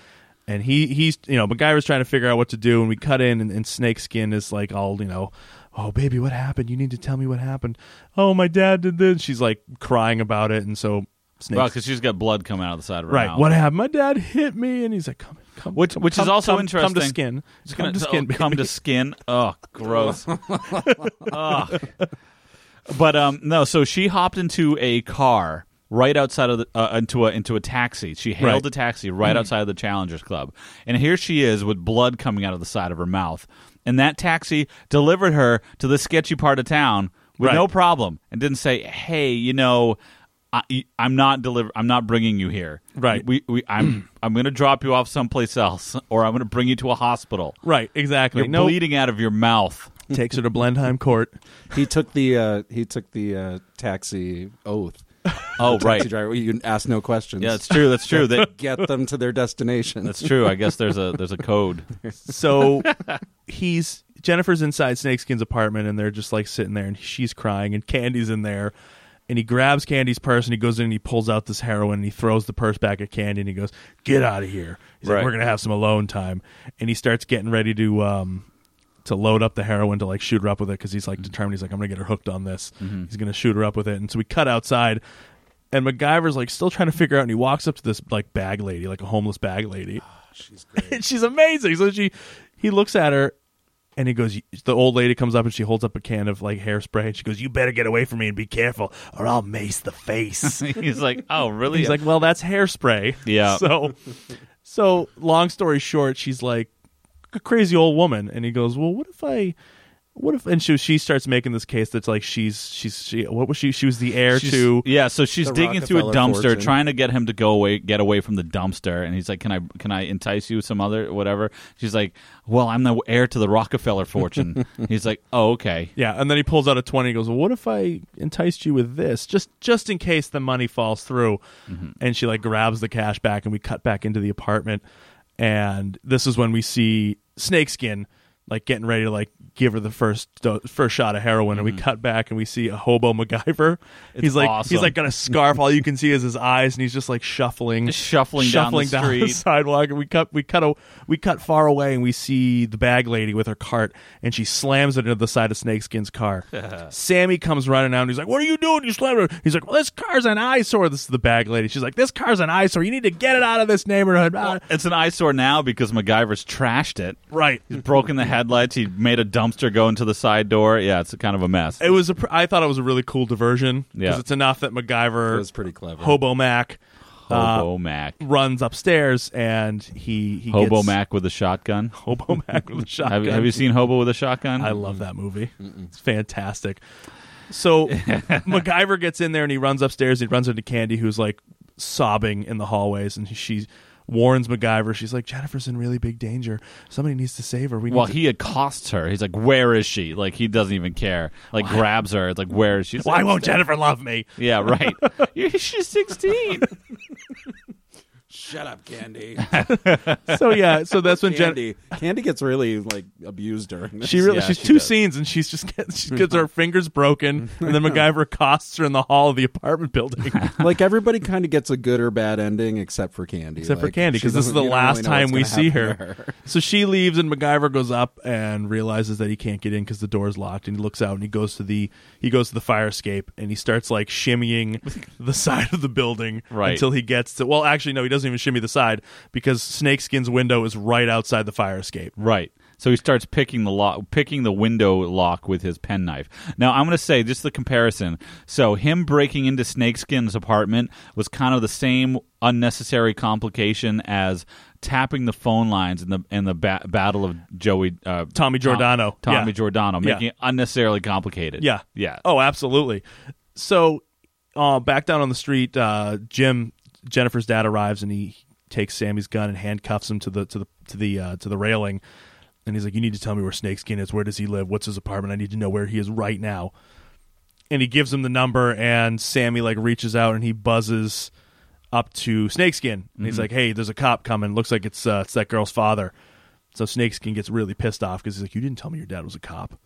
And he he's you know MacGyver's trying to figure out what to do, and we cut in and, and Snakeskin is like all you know. Oh baby, what happened? You need to tell me what happened. Oh, my dad did this. She's like crying about it, and so Snake. Well, because she's got blood coming out of the side of her right, mouth. what happened? My dad hit me, and he's like, "Come, come." Which, come- which is come- also come- interesting. Come to skin. It's Come gonna- to skin. oh, Come to baby. skin. Oh, <laughs> gross. Ugh. But um, no. So she hopped into a car right outside of the, uh, into a into a taxi. She hailed Right. Mm-hmm. a taxi right outside of the Challengers Club, and here she is with blood coming out of the side of her mouth. And that taxi delivered her to the sketchy part of town with Right. no problem, and didn't say, "Hey, you know." I, I'm not deliver. I'm not bringing you here. Right. We, we I'm <clears throat> I'm going to drop you off someplace else, or I'm going to bring you to a hospital. Right, exactly. You're No, bleeding out of your mouth. takes her to Blenheim Court. He took the uh, he took the uh, taxi oath. Oh, right. Taxi driver, you can ask no questions. Yeah, that's true. That's true. They, <laughs> Get them to their destination. that's true. I guess there's a there's a code. <laughs> So he's Jennifer's inside Snakeskin's apartment, and they're just like sitting there, and she's crying, and Candy's in there, and he grabs Candy's purse, and he goes in and he pulls out this heroin, and he throws the purse back at Candy, and he goes, "Get out of here!" He's like, Right. "We're gonna have some alone time," and he starts getting ready to. um to load up the heroin to like shoot her up with it because he's like determined he's like I'm gonna get her hooked on this he's gonna shoot her up with it and so we cut outside and MacGyver's like still trying to figure out and he walks up to this like bag lady like a homeless bag lady Ah, and <laughs> she's amazing. So she, he looks at her, and he goes. The old lady comes up and she holds up a can of like hairspray, and she goes, "You better get away from me and be careful, or I'll mace <laughs> the face." He's like, oh, really? He's like, "Well, that's hairspray." Yeah. <laughs> So, so long story short, she's like a crazy old woman, and he goes, "Well, what if I?" What if and she she starts making this case that's like she's she's she what was she she was the heir She's- to yeah so she's the digging through a Rockefeller dumpster fortune. trying to get him to go away get away from the dumpster and he's like can i can i entice you with some other whatever she's like well i'm the heir to the rockefeller fortune he's like oh okay yeah and then he pulls out a 20 and goes well, what if I enticed you with this just just in case the money falls through and she like grabs the cash back and we cut back into the apartment and this is when we see snakeskin like getting ready to like give her the first do- first shot of heroin and we cut back and we see a hobo MacGyver he's like he's awesome. like got a scarf all you can see is his eyes and he's just like <laughs> shuffling Just shuffling down the street. <laughs> sidewalk and we cut we cut a, we cut far away and we see the bag lady with her cart and she slams it into the side of <laughs> Snakeskin's car. Sammy comes running out and he's like, "What are you doing? You slammed it." He's like, "Well, this car's an eyesore." This is the bag lady. She's like, "This car's an eyesore. You need to get it out of this neighborhood." Ah, it's an eyesore now because MacGyver's trashed it. right. He's broken the headlights. He made a dumpster go into the side door. Yeah, it's kind of a mess. It was a pr- I thought it was a really cool diversion because Yeah. it's enough that MacGyver It was pretty clever. Hobo Mac Hobo Mac. runs upstairs and he he Hobo gets- <laughs> Mac with a shotgun. Hobo Mac with a shotgun. <laughs> Have, have you seen Hobo with a shotgun? I love that movie. It's fantastic. <laughs> So MacGyver gets in there and he runs upstairs. He runs into Candy, who's like sobbing in the hallways, and she warns MacGyver. She's like, "Jennifer's in really big danger. Somebody needs to save her. We need well, to- he accosts her. He's like, "Where is she?" Like he doesn't even care. Like grabs her. It's like, "Where is she?" She's Why like, won't Jennifer love <laughs> me? Yeah, <laughs> right. She's sixteen. Shut up, <laughs> Candy. So yeah, so that's when Jen. Candy. Candy gets really like abused during this. She really Yeah, she's she two does. scenes and she's just gets, <laughs> she gets her fingers broken and then MacGyver accosts her in the hall of the <laughs> apartment building. <laughs> like everybody kind of gets a good or bad ending except for Candy. except for Like, Candy she because this is the doesn't- you don't last really know time what's we gonna see her. happen to <laughs> So she leaves, and MacGyver goes up and realizes that he can't get in because the door's locked. And he looks out and he goes to the he goes to the fire escape and he starts like <laughs> shimmying the side of the building Right. until he gets to. Well, actually, no, he doesn't even shimmy the side because Snakeskin's window is right outside the fire escape. Right. So he starts picking the lock, picking the window lock with his penknife. Now I'm going to say just the comparison. So him breaking into Snakeskin's apartment was kind of the same unnecessary complication as tapping the phone lines in the in the ba- battle of Joey uh, Tommy Tom- Giordano. Tommy Yeah. Giordano, Yeah. making it unnecessarily complicated. Yeah. yeah. Oh, absolutely. So, uh, back down on the street, uh, Jim, Jennifer's dad arrives and he takes Sammy's gun and handcuffs him to the to the to the uh, to the railing. And he's like, "You need to tell me where Snakeskin is. Where does he live? What's his apartment? I need to know where he is right now." And he gives him the number, and Sammy like reaches out and he buzzes up to Snakeskin, and he's like, "Hey, there's a cop coming. Looks like it's uh, it's that girl's father." So Snakeskin gets really pissed off because he's like, "You didn't tell me your dad was a cop."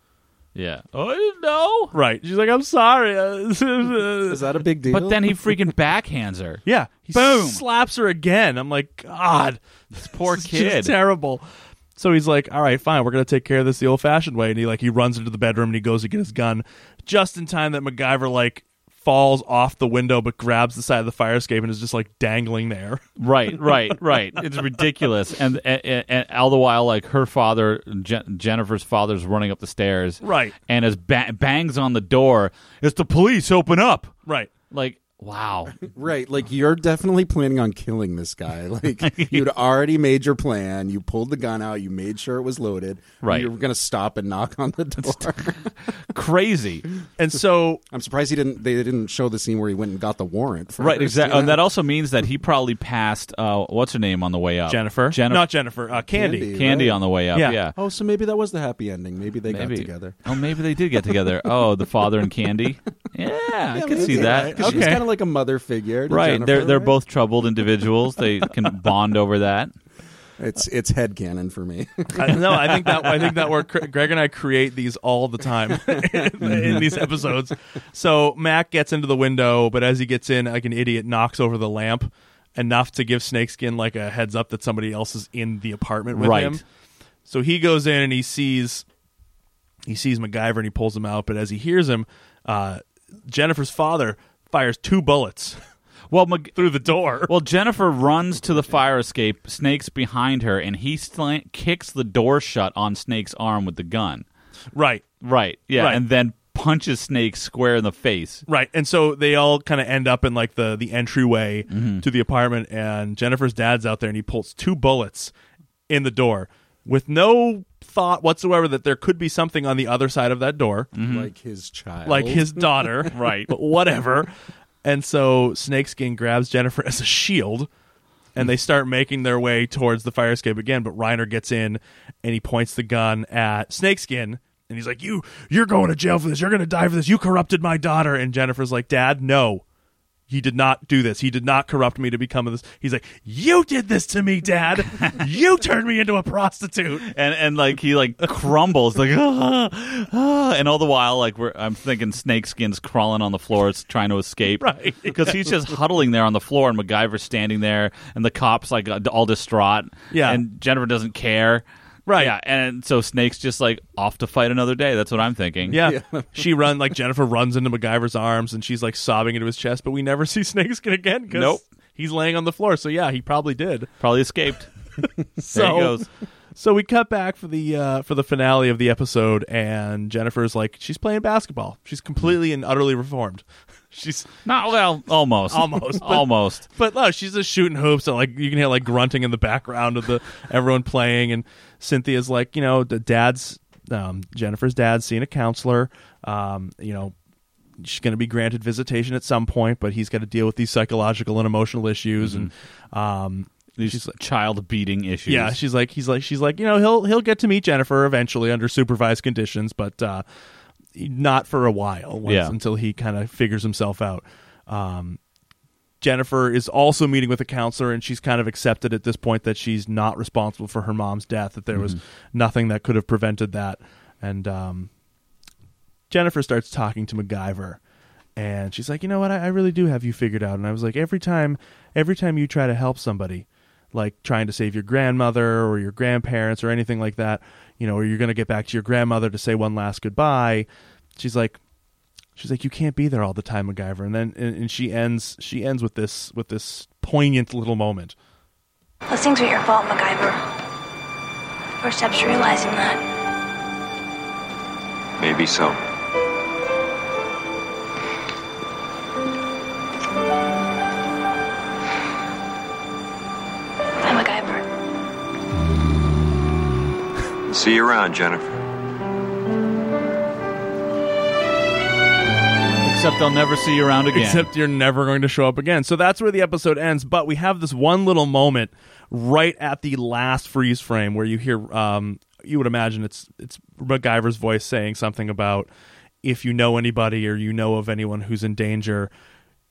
yeah. Oh, I didn't know. Right. She's like, I'm sorry. her. Uh, Is that a big <laughs> deal? But then he freaking backhands her. yeah. He Boom. slaps her again. I'm like, God, this poor is just kid. terrible. So he's like, all right, fine, we're gonna take care of this the old fashioned way. And he like he runs into the bedroom and he goes to get his gun just in time that MacGyver like falls off the window but grabs the side of the fire escape and is just like dangling there. Right, <laughs> right, right. It's ridiculous, and, and, and, all the while, like her father, Jen Jennifer's father's running up the stairs, Right. and as ba- bangs on the door, it's the police. Open up! Right. Like, <laughs> wow, Right, like you're definitely planning on killing this guy. <laughs> Like you'd already made your plan. You pulled the gun out. You made sure it was loaded. Right. you were gonna stop and knock on the door. crazy. And so I'm surprised he didn't. They didn't show the scene where he went and got the warrant. First, Right, exactly. you And know? that also means that he probably passed. Uh, what's her name on the way up? Jennifer. Jennifer. Not Jennifer, uh, Candy. Candy. Candy right? on the way up. Yeah. Yeah. Oh, so maybe that was the happy ending. Maybe they Maybe got together. Oh, maybe they did get <laughs> together. Oh, the father and Candy. Yeah, I could see that. She's Okay. kind of like a mother figure. to Right, they're Jennifer, they're right? both troubled individuals. They <laughs> can bond over that. It's it's headcanon for me. <laughs> I, no, I think that I think that where Cre- Greg and I create these all the time <laughs> in, in these episodes. So Mac gets into the window, but as he gets in, like an idiot, knocks over the lamp enough to give Snakeskin like a heads up that somebody else is in the apartment with Right. him. So he goes in and he sees he sees MacGyver and he pulls him out, but as he hears him, uh, Jennifer's father fires two bullets <laughs> Well, Mag- through the door. Well, Jennifer runs to the fire escape, Snake's behind her, and he slant- kicks the door shut on Snake's arm with the gun. right. Right. Yeah. Right. And then punches Snake square in the face. Right, and so they all kind of end up in like the the entryway to the apartment, and Jennifer's dad's out there, and he pulls two bullets in the door with no thought whatsoever that there could be something on the other side of that door, Mm-hmm. like his child, like <laughs> his daughter, Right. But whatever. And so Snakeskin grabs Jennifer as a shield, and they start making their way towards the fire escape again. But Reiner gets in, and he points the gun at Snakeskin, and he's like, "You, you're going to jail for this. You're going to die for this. You corrupted my daughter." And Jennifer's like, "Dad, no." He did not do this. He did not corrupt me to become this. He's like, you did this to me, <laughs> Dad. you turned me into a prostitute. and and like he like crumbles like <laughs> ah, ah, and all the while like we're I'm thinking snakeskin's crawling on the floor it's trying to escape <laughs> Right. because he's just huddling there on the floor and MacGyver's standing there and the cops like uh, all distraught Yeah. and Jennifer doesn't care Right. yeah and so Snake's just like off to fight another day that's what I'm thinking <laughs> Yeah. she run like Jennifer runs into MacGyver's arms and she's like sobbing into his chest, but we never <laughs> see Snakeskin again because Nope. he's laying on the floor. So yeah, he probably did. probably escaped So, there he goes <laughs> So we cut back for the uh, for the finale of the episode, and Jennifer's like she's playing basketball. She's completely and utterly reformed. <laughs> She's not well almost Almost, but- almost <laughs> but no, she's just shooting hoops. And, like you can hear like grunting in the background of the <laughs> everyone playing. And Cynthia's like, you know, the dad's um, Jennifer's dad's seeing a counselor. Um, you know, she's going to be granted visitation at some point, but he's got to deal with these psychological and emotional issues. And um, these child beating issues yeah, she's like he's like she's like you know he'll he'll get to meet Jennifer eventually under supervised conditions, but uh, not for a while once- Yeah. until he kind of figures himself out. Um, Jennifer is also meeting with a counselor, and she's kind of accepted at this point that she's not responsible for her mom's death. That there was Mm-hmm. nothing that could have prevented that, and um, Jennifer starts talking to MacGyver, and she's like, "You know what? I, I really do have you figured out." And I was like, "Every time, every time you try to help somebody, like trying to save your grandmother or your grandparents or anything like that, you know, or you're going to get back to your grandmother to say one last goodbye," she's like, "She's like, you can't be there all the time, MacGyver." And then, and, and she ends, she ends with this, with this poignant little moment. Those things were your fault, MacGyver. First step's realizing that. Maybe so. I'm MacGyver. See you around, Jennifer. except they'll never see you around again Except you're never going to show up again. So that's where the episode ends. But we have this one little moment right at the last freeze frame where you hear, um, you would imagine it's it's MacGyver's voice saying something about if you know anybody or you know of anyone who's in danger,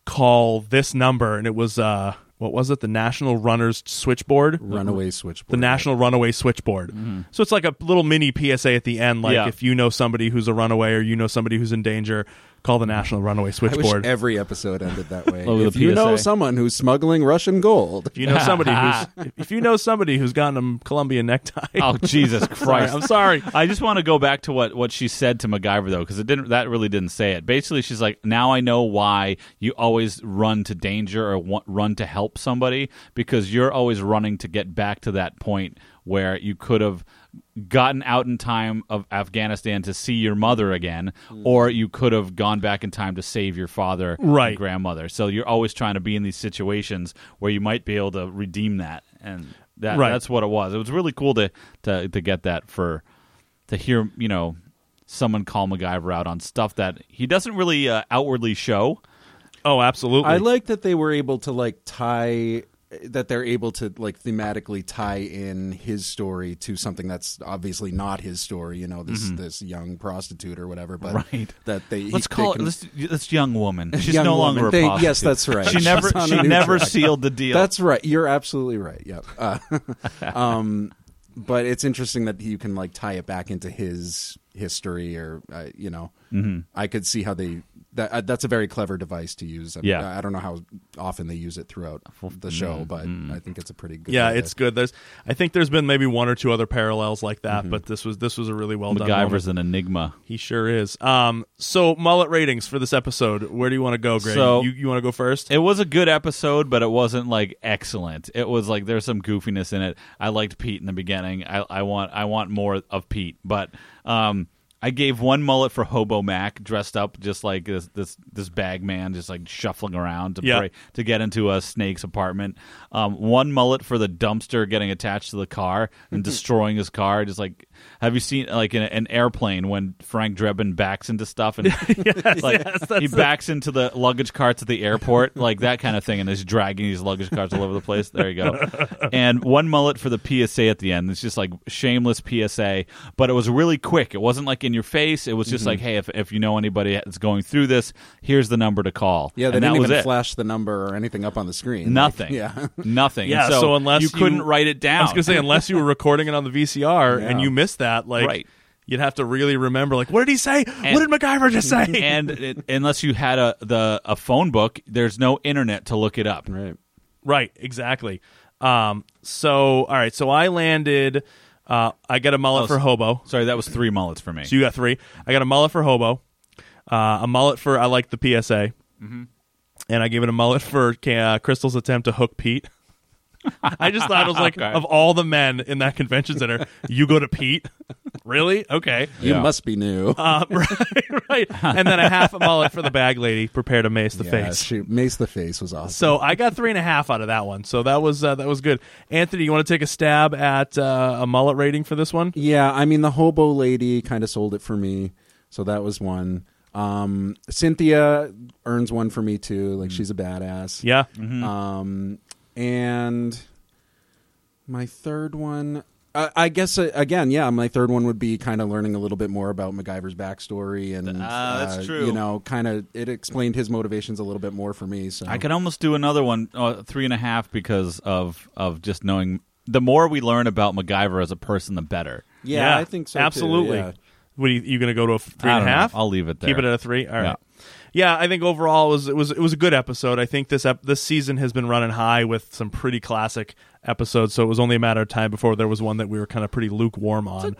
call this number. And it was uh, what was it? The National Runners Switchboard. runaway switchboard. The National Runaway Switchboard. Mm-hmm. So it's like a little mini PSA at the end. Like Yeah. if you know somebody who's a runaway or you know somebody who's in danger, call the National Runaway I wish Switchboard. every episode ended that way. Oh, if the you know PSA. someone who's smuggling Russian gold, If you know somebody <laughs> who's if you know somebody who's gotten a Colombian necktie, <laughs> Oh Jesus Sorry, Christ! I'm sorry. I just want to go back to what, what she said to MacGyver though, because it didn't. That really didn't say it. Basically, she's like, "Now I know why you always run to danger or wa- run to help somebody because you're always running to get back to that point where you could have gotten out in time of Afghanistan to see your mother again, Mm. or you could have gone back in time to save your father, and Right. grandmother. So you're always trying to be in these situations where you might be able to redeem that and." That, Right. That's what it was. It was really cool to, to to get that for to hear you know someone call MacGyver out on stuff that he doesn't really uh, outwardly show. Oh, absolutely. I like that they were able to like tie that they're able to like thematically tie in his story to something that's obviously not his story. You know, this this young prostitute or whatever. But Mm-hmm. Right. that they Let's they call can- it this, this young <laughs> woman. She's Young no woman. longer a They- prostitute. yes, that's right. She She's never on a she new never track. sealed the deal. That's right. You're absolutely right. <laughs> Yep. Uh, <laughs> um, but it's interesting that you can like tie it back into his history, or uh, you know, Mm-hmm. I could see how they. That, uh, that's a very clever device to use. I, Yeah. mm, I don't know how often they use it throughout the show, but I think it's a pretty good. yeah, way to- it's good. There's, I think there's been maybe one or two other parallels like that, but this was this was a really well done. Mm-hmm. MacGyver's moment. an enigma. he sure is. Um, so mullet ratings for this episode. Where do you want to go, Greg? So- you you want to go first? It was a good episode, but it wasn't like excellent. It was like there's some goofiness in it. I liked Pete in the beginning. I, I want I want more of Pete, but um, I gave one mullet for Hobo Mac, dressed up just like this this this bag man, just like shuffling around to Yeah. break- to get into a snake's apartment. Um, one mullet for the dumpster getting attached to the car <laughs> and destroying his car. Just like, have you seen like in a, an airplane when Frank Drebin backs into stuff <laughs> and like he backs into the luggage carts at the airport, like that kind of thing, and is dragging these luggage carts all over the place. There you go. And one mullet for the PSA at the end. It's just like shameless PSA, but it was really quick. It wasn't like in your face. It was just Mm-hmm. like, hey, if, if you know anybody that's going through this, here's the number to call. Yeah, they and that didn't was even it. flash the number or anything up on the screen. Nothing. Like, yeah. <laughs> Nothing. Yeah, So, so unless you couldn't you- write it down, I was gonna say unless you were recording it on the VCR and Yeah. you missed that, like Right. you'd have to really remember, like what did he say? what did <laughs> MacGyver just say? and it, unless you had a the a phone book, there's no internet to look it up. <laughs> Right. right, exactly. Um, so all right, so I landed. Uh, I got a mullet Oh, for s- hobo. Sorry, that was three mullets for me. So you got three. I got a mullet for hobo, uh, a mullet for I like the PSA, and I gave it a mullet for Ca- uh, Crystal's attempt to hook Pete. <laughs> I just thought it was like Okay. of all the men in that convention center, you go to Pete. really? Okay. <laughs> You Yeah. must be new. <laughs> Um, <laughs> right, right. And then a half a mullet for the bag lady. Prepare to mace the yeah, face. Shoot, Mace the face was awesome. So I got three and a half out of that one. So that was uh, that was good. Anthony, you want to take a stab at uh, a mullet rating for this one? Yeah, I mean the hobo lady kind of sold it for me, so that was one. Um, Cynthia earns one for me too. Like she's a badass. Yeah. Um, and my third one, I, I guess uh, again, yeah, my third one would be kind of learning a little bit more about MacGyver's backstory and uh, Ah, that's true. You know, kind of it explained his motivations a little bit more for me. So I could almost do another one, uh, three and a half, because of of just knowing. The more we learn about MacGyver as a person, the better. yeah, I think so. too, Absolutely. yeah. What are you, you going to go to a f- three I and a don't know. half? I'll leave it there. Keep it at a three. All right. Yeah, I think overall it was it was it was a good episode. I think this ep- this season has been running high with some pretty classic episodes, so it was only a matter of time before there was one that we were kind of pretty lukewarm on.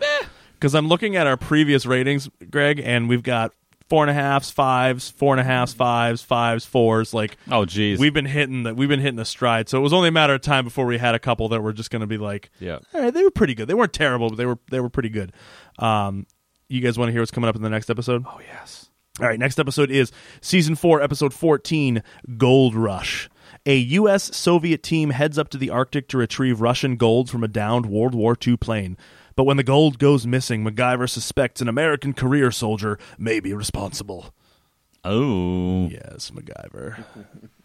Because I'm looking at our previous ratings, Greg, and we've got four and a halfs, fives, four and a halfs, fives, fives, fours. Like Oh, geez. we've been hitting that we've been hitting a stride. So it was only a matter of time before we had a couple that were just going to be like, Yeah. all right, they were pretty good. They weren't terrible, but they were they were pretty good. Um, you guys want to hear what's coming up in the next episode? Oh yes. All right, next episode is season four, episode fourteen, Gold Rush. A U.S. Soviet team heads up to the Arctic to retrieve Russian gold from a downed World War II plane. But when the gold goes missing, MacGyver suspects an American career soldier may be responsible. Oh, Yes, MacGyver.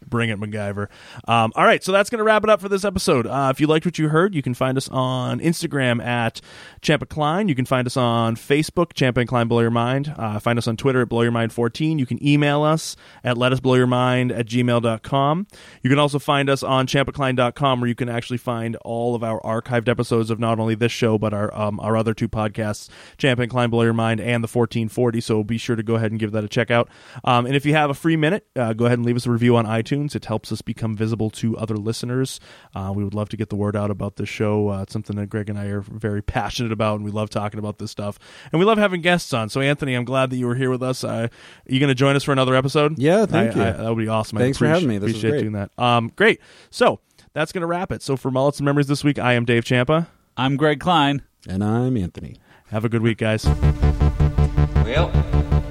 Bring it, MacGyver. Um, all right, so that's going to wrap it up for this episode. Uh, if you liked what you heard, you can find us on Instagram at Champa Klein. You can find us on Facebook, Champa and Klein Blow Your Mind. Uh, find us on Twitter at Blow Your Mind 14. You can email us at letusblowyourmind at gmail.com. You can also find us on champacline.com where you can actually find all of our archived episodes of not only this show, but our um, our other two podcasts, Champ and Klein Blow Your Mind and the 1440. So be sure to go ahead and give that a check out. Um, and if you have a free minute, uh, go ahead and leave us a review on iTunes. It helps us become visible to other listeners. Uh, we would love to get the word out about this show. Uh, it's something that Greg and I are very <laughs> passionate about, and we love talking about this stuff. And we love having guests on. So, Anthony, I'm glad that you were here with us. Uh, are you going to join us for another episode? Yeah, thank I- you. I- that would be awesome. I Thanks for having appreci- me. This was appreciate great. doing that. Um, great. So that's going to wrap it. So for Mullets and Memories this week, I am Dave Champa. I'm Greg Klein. and I'm Anthony. Have a good week, guys. Well,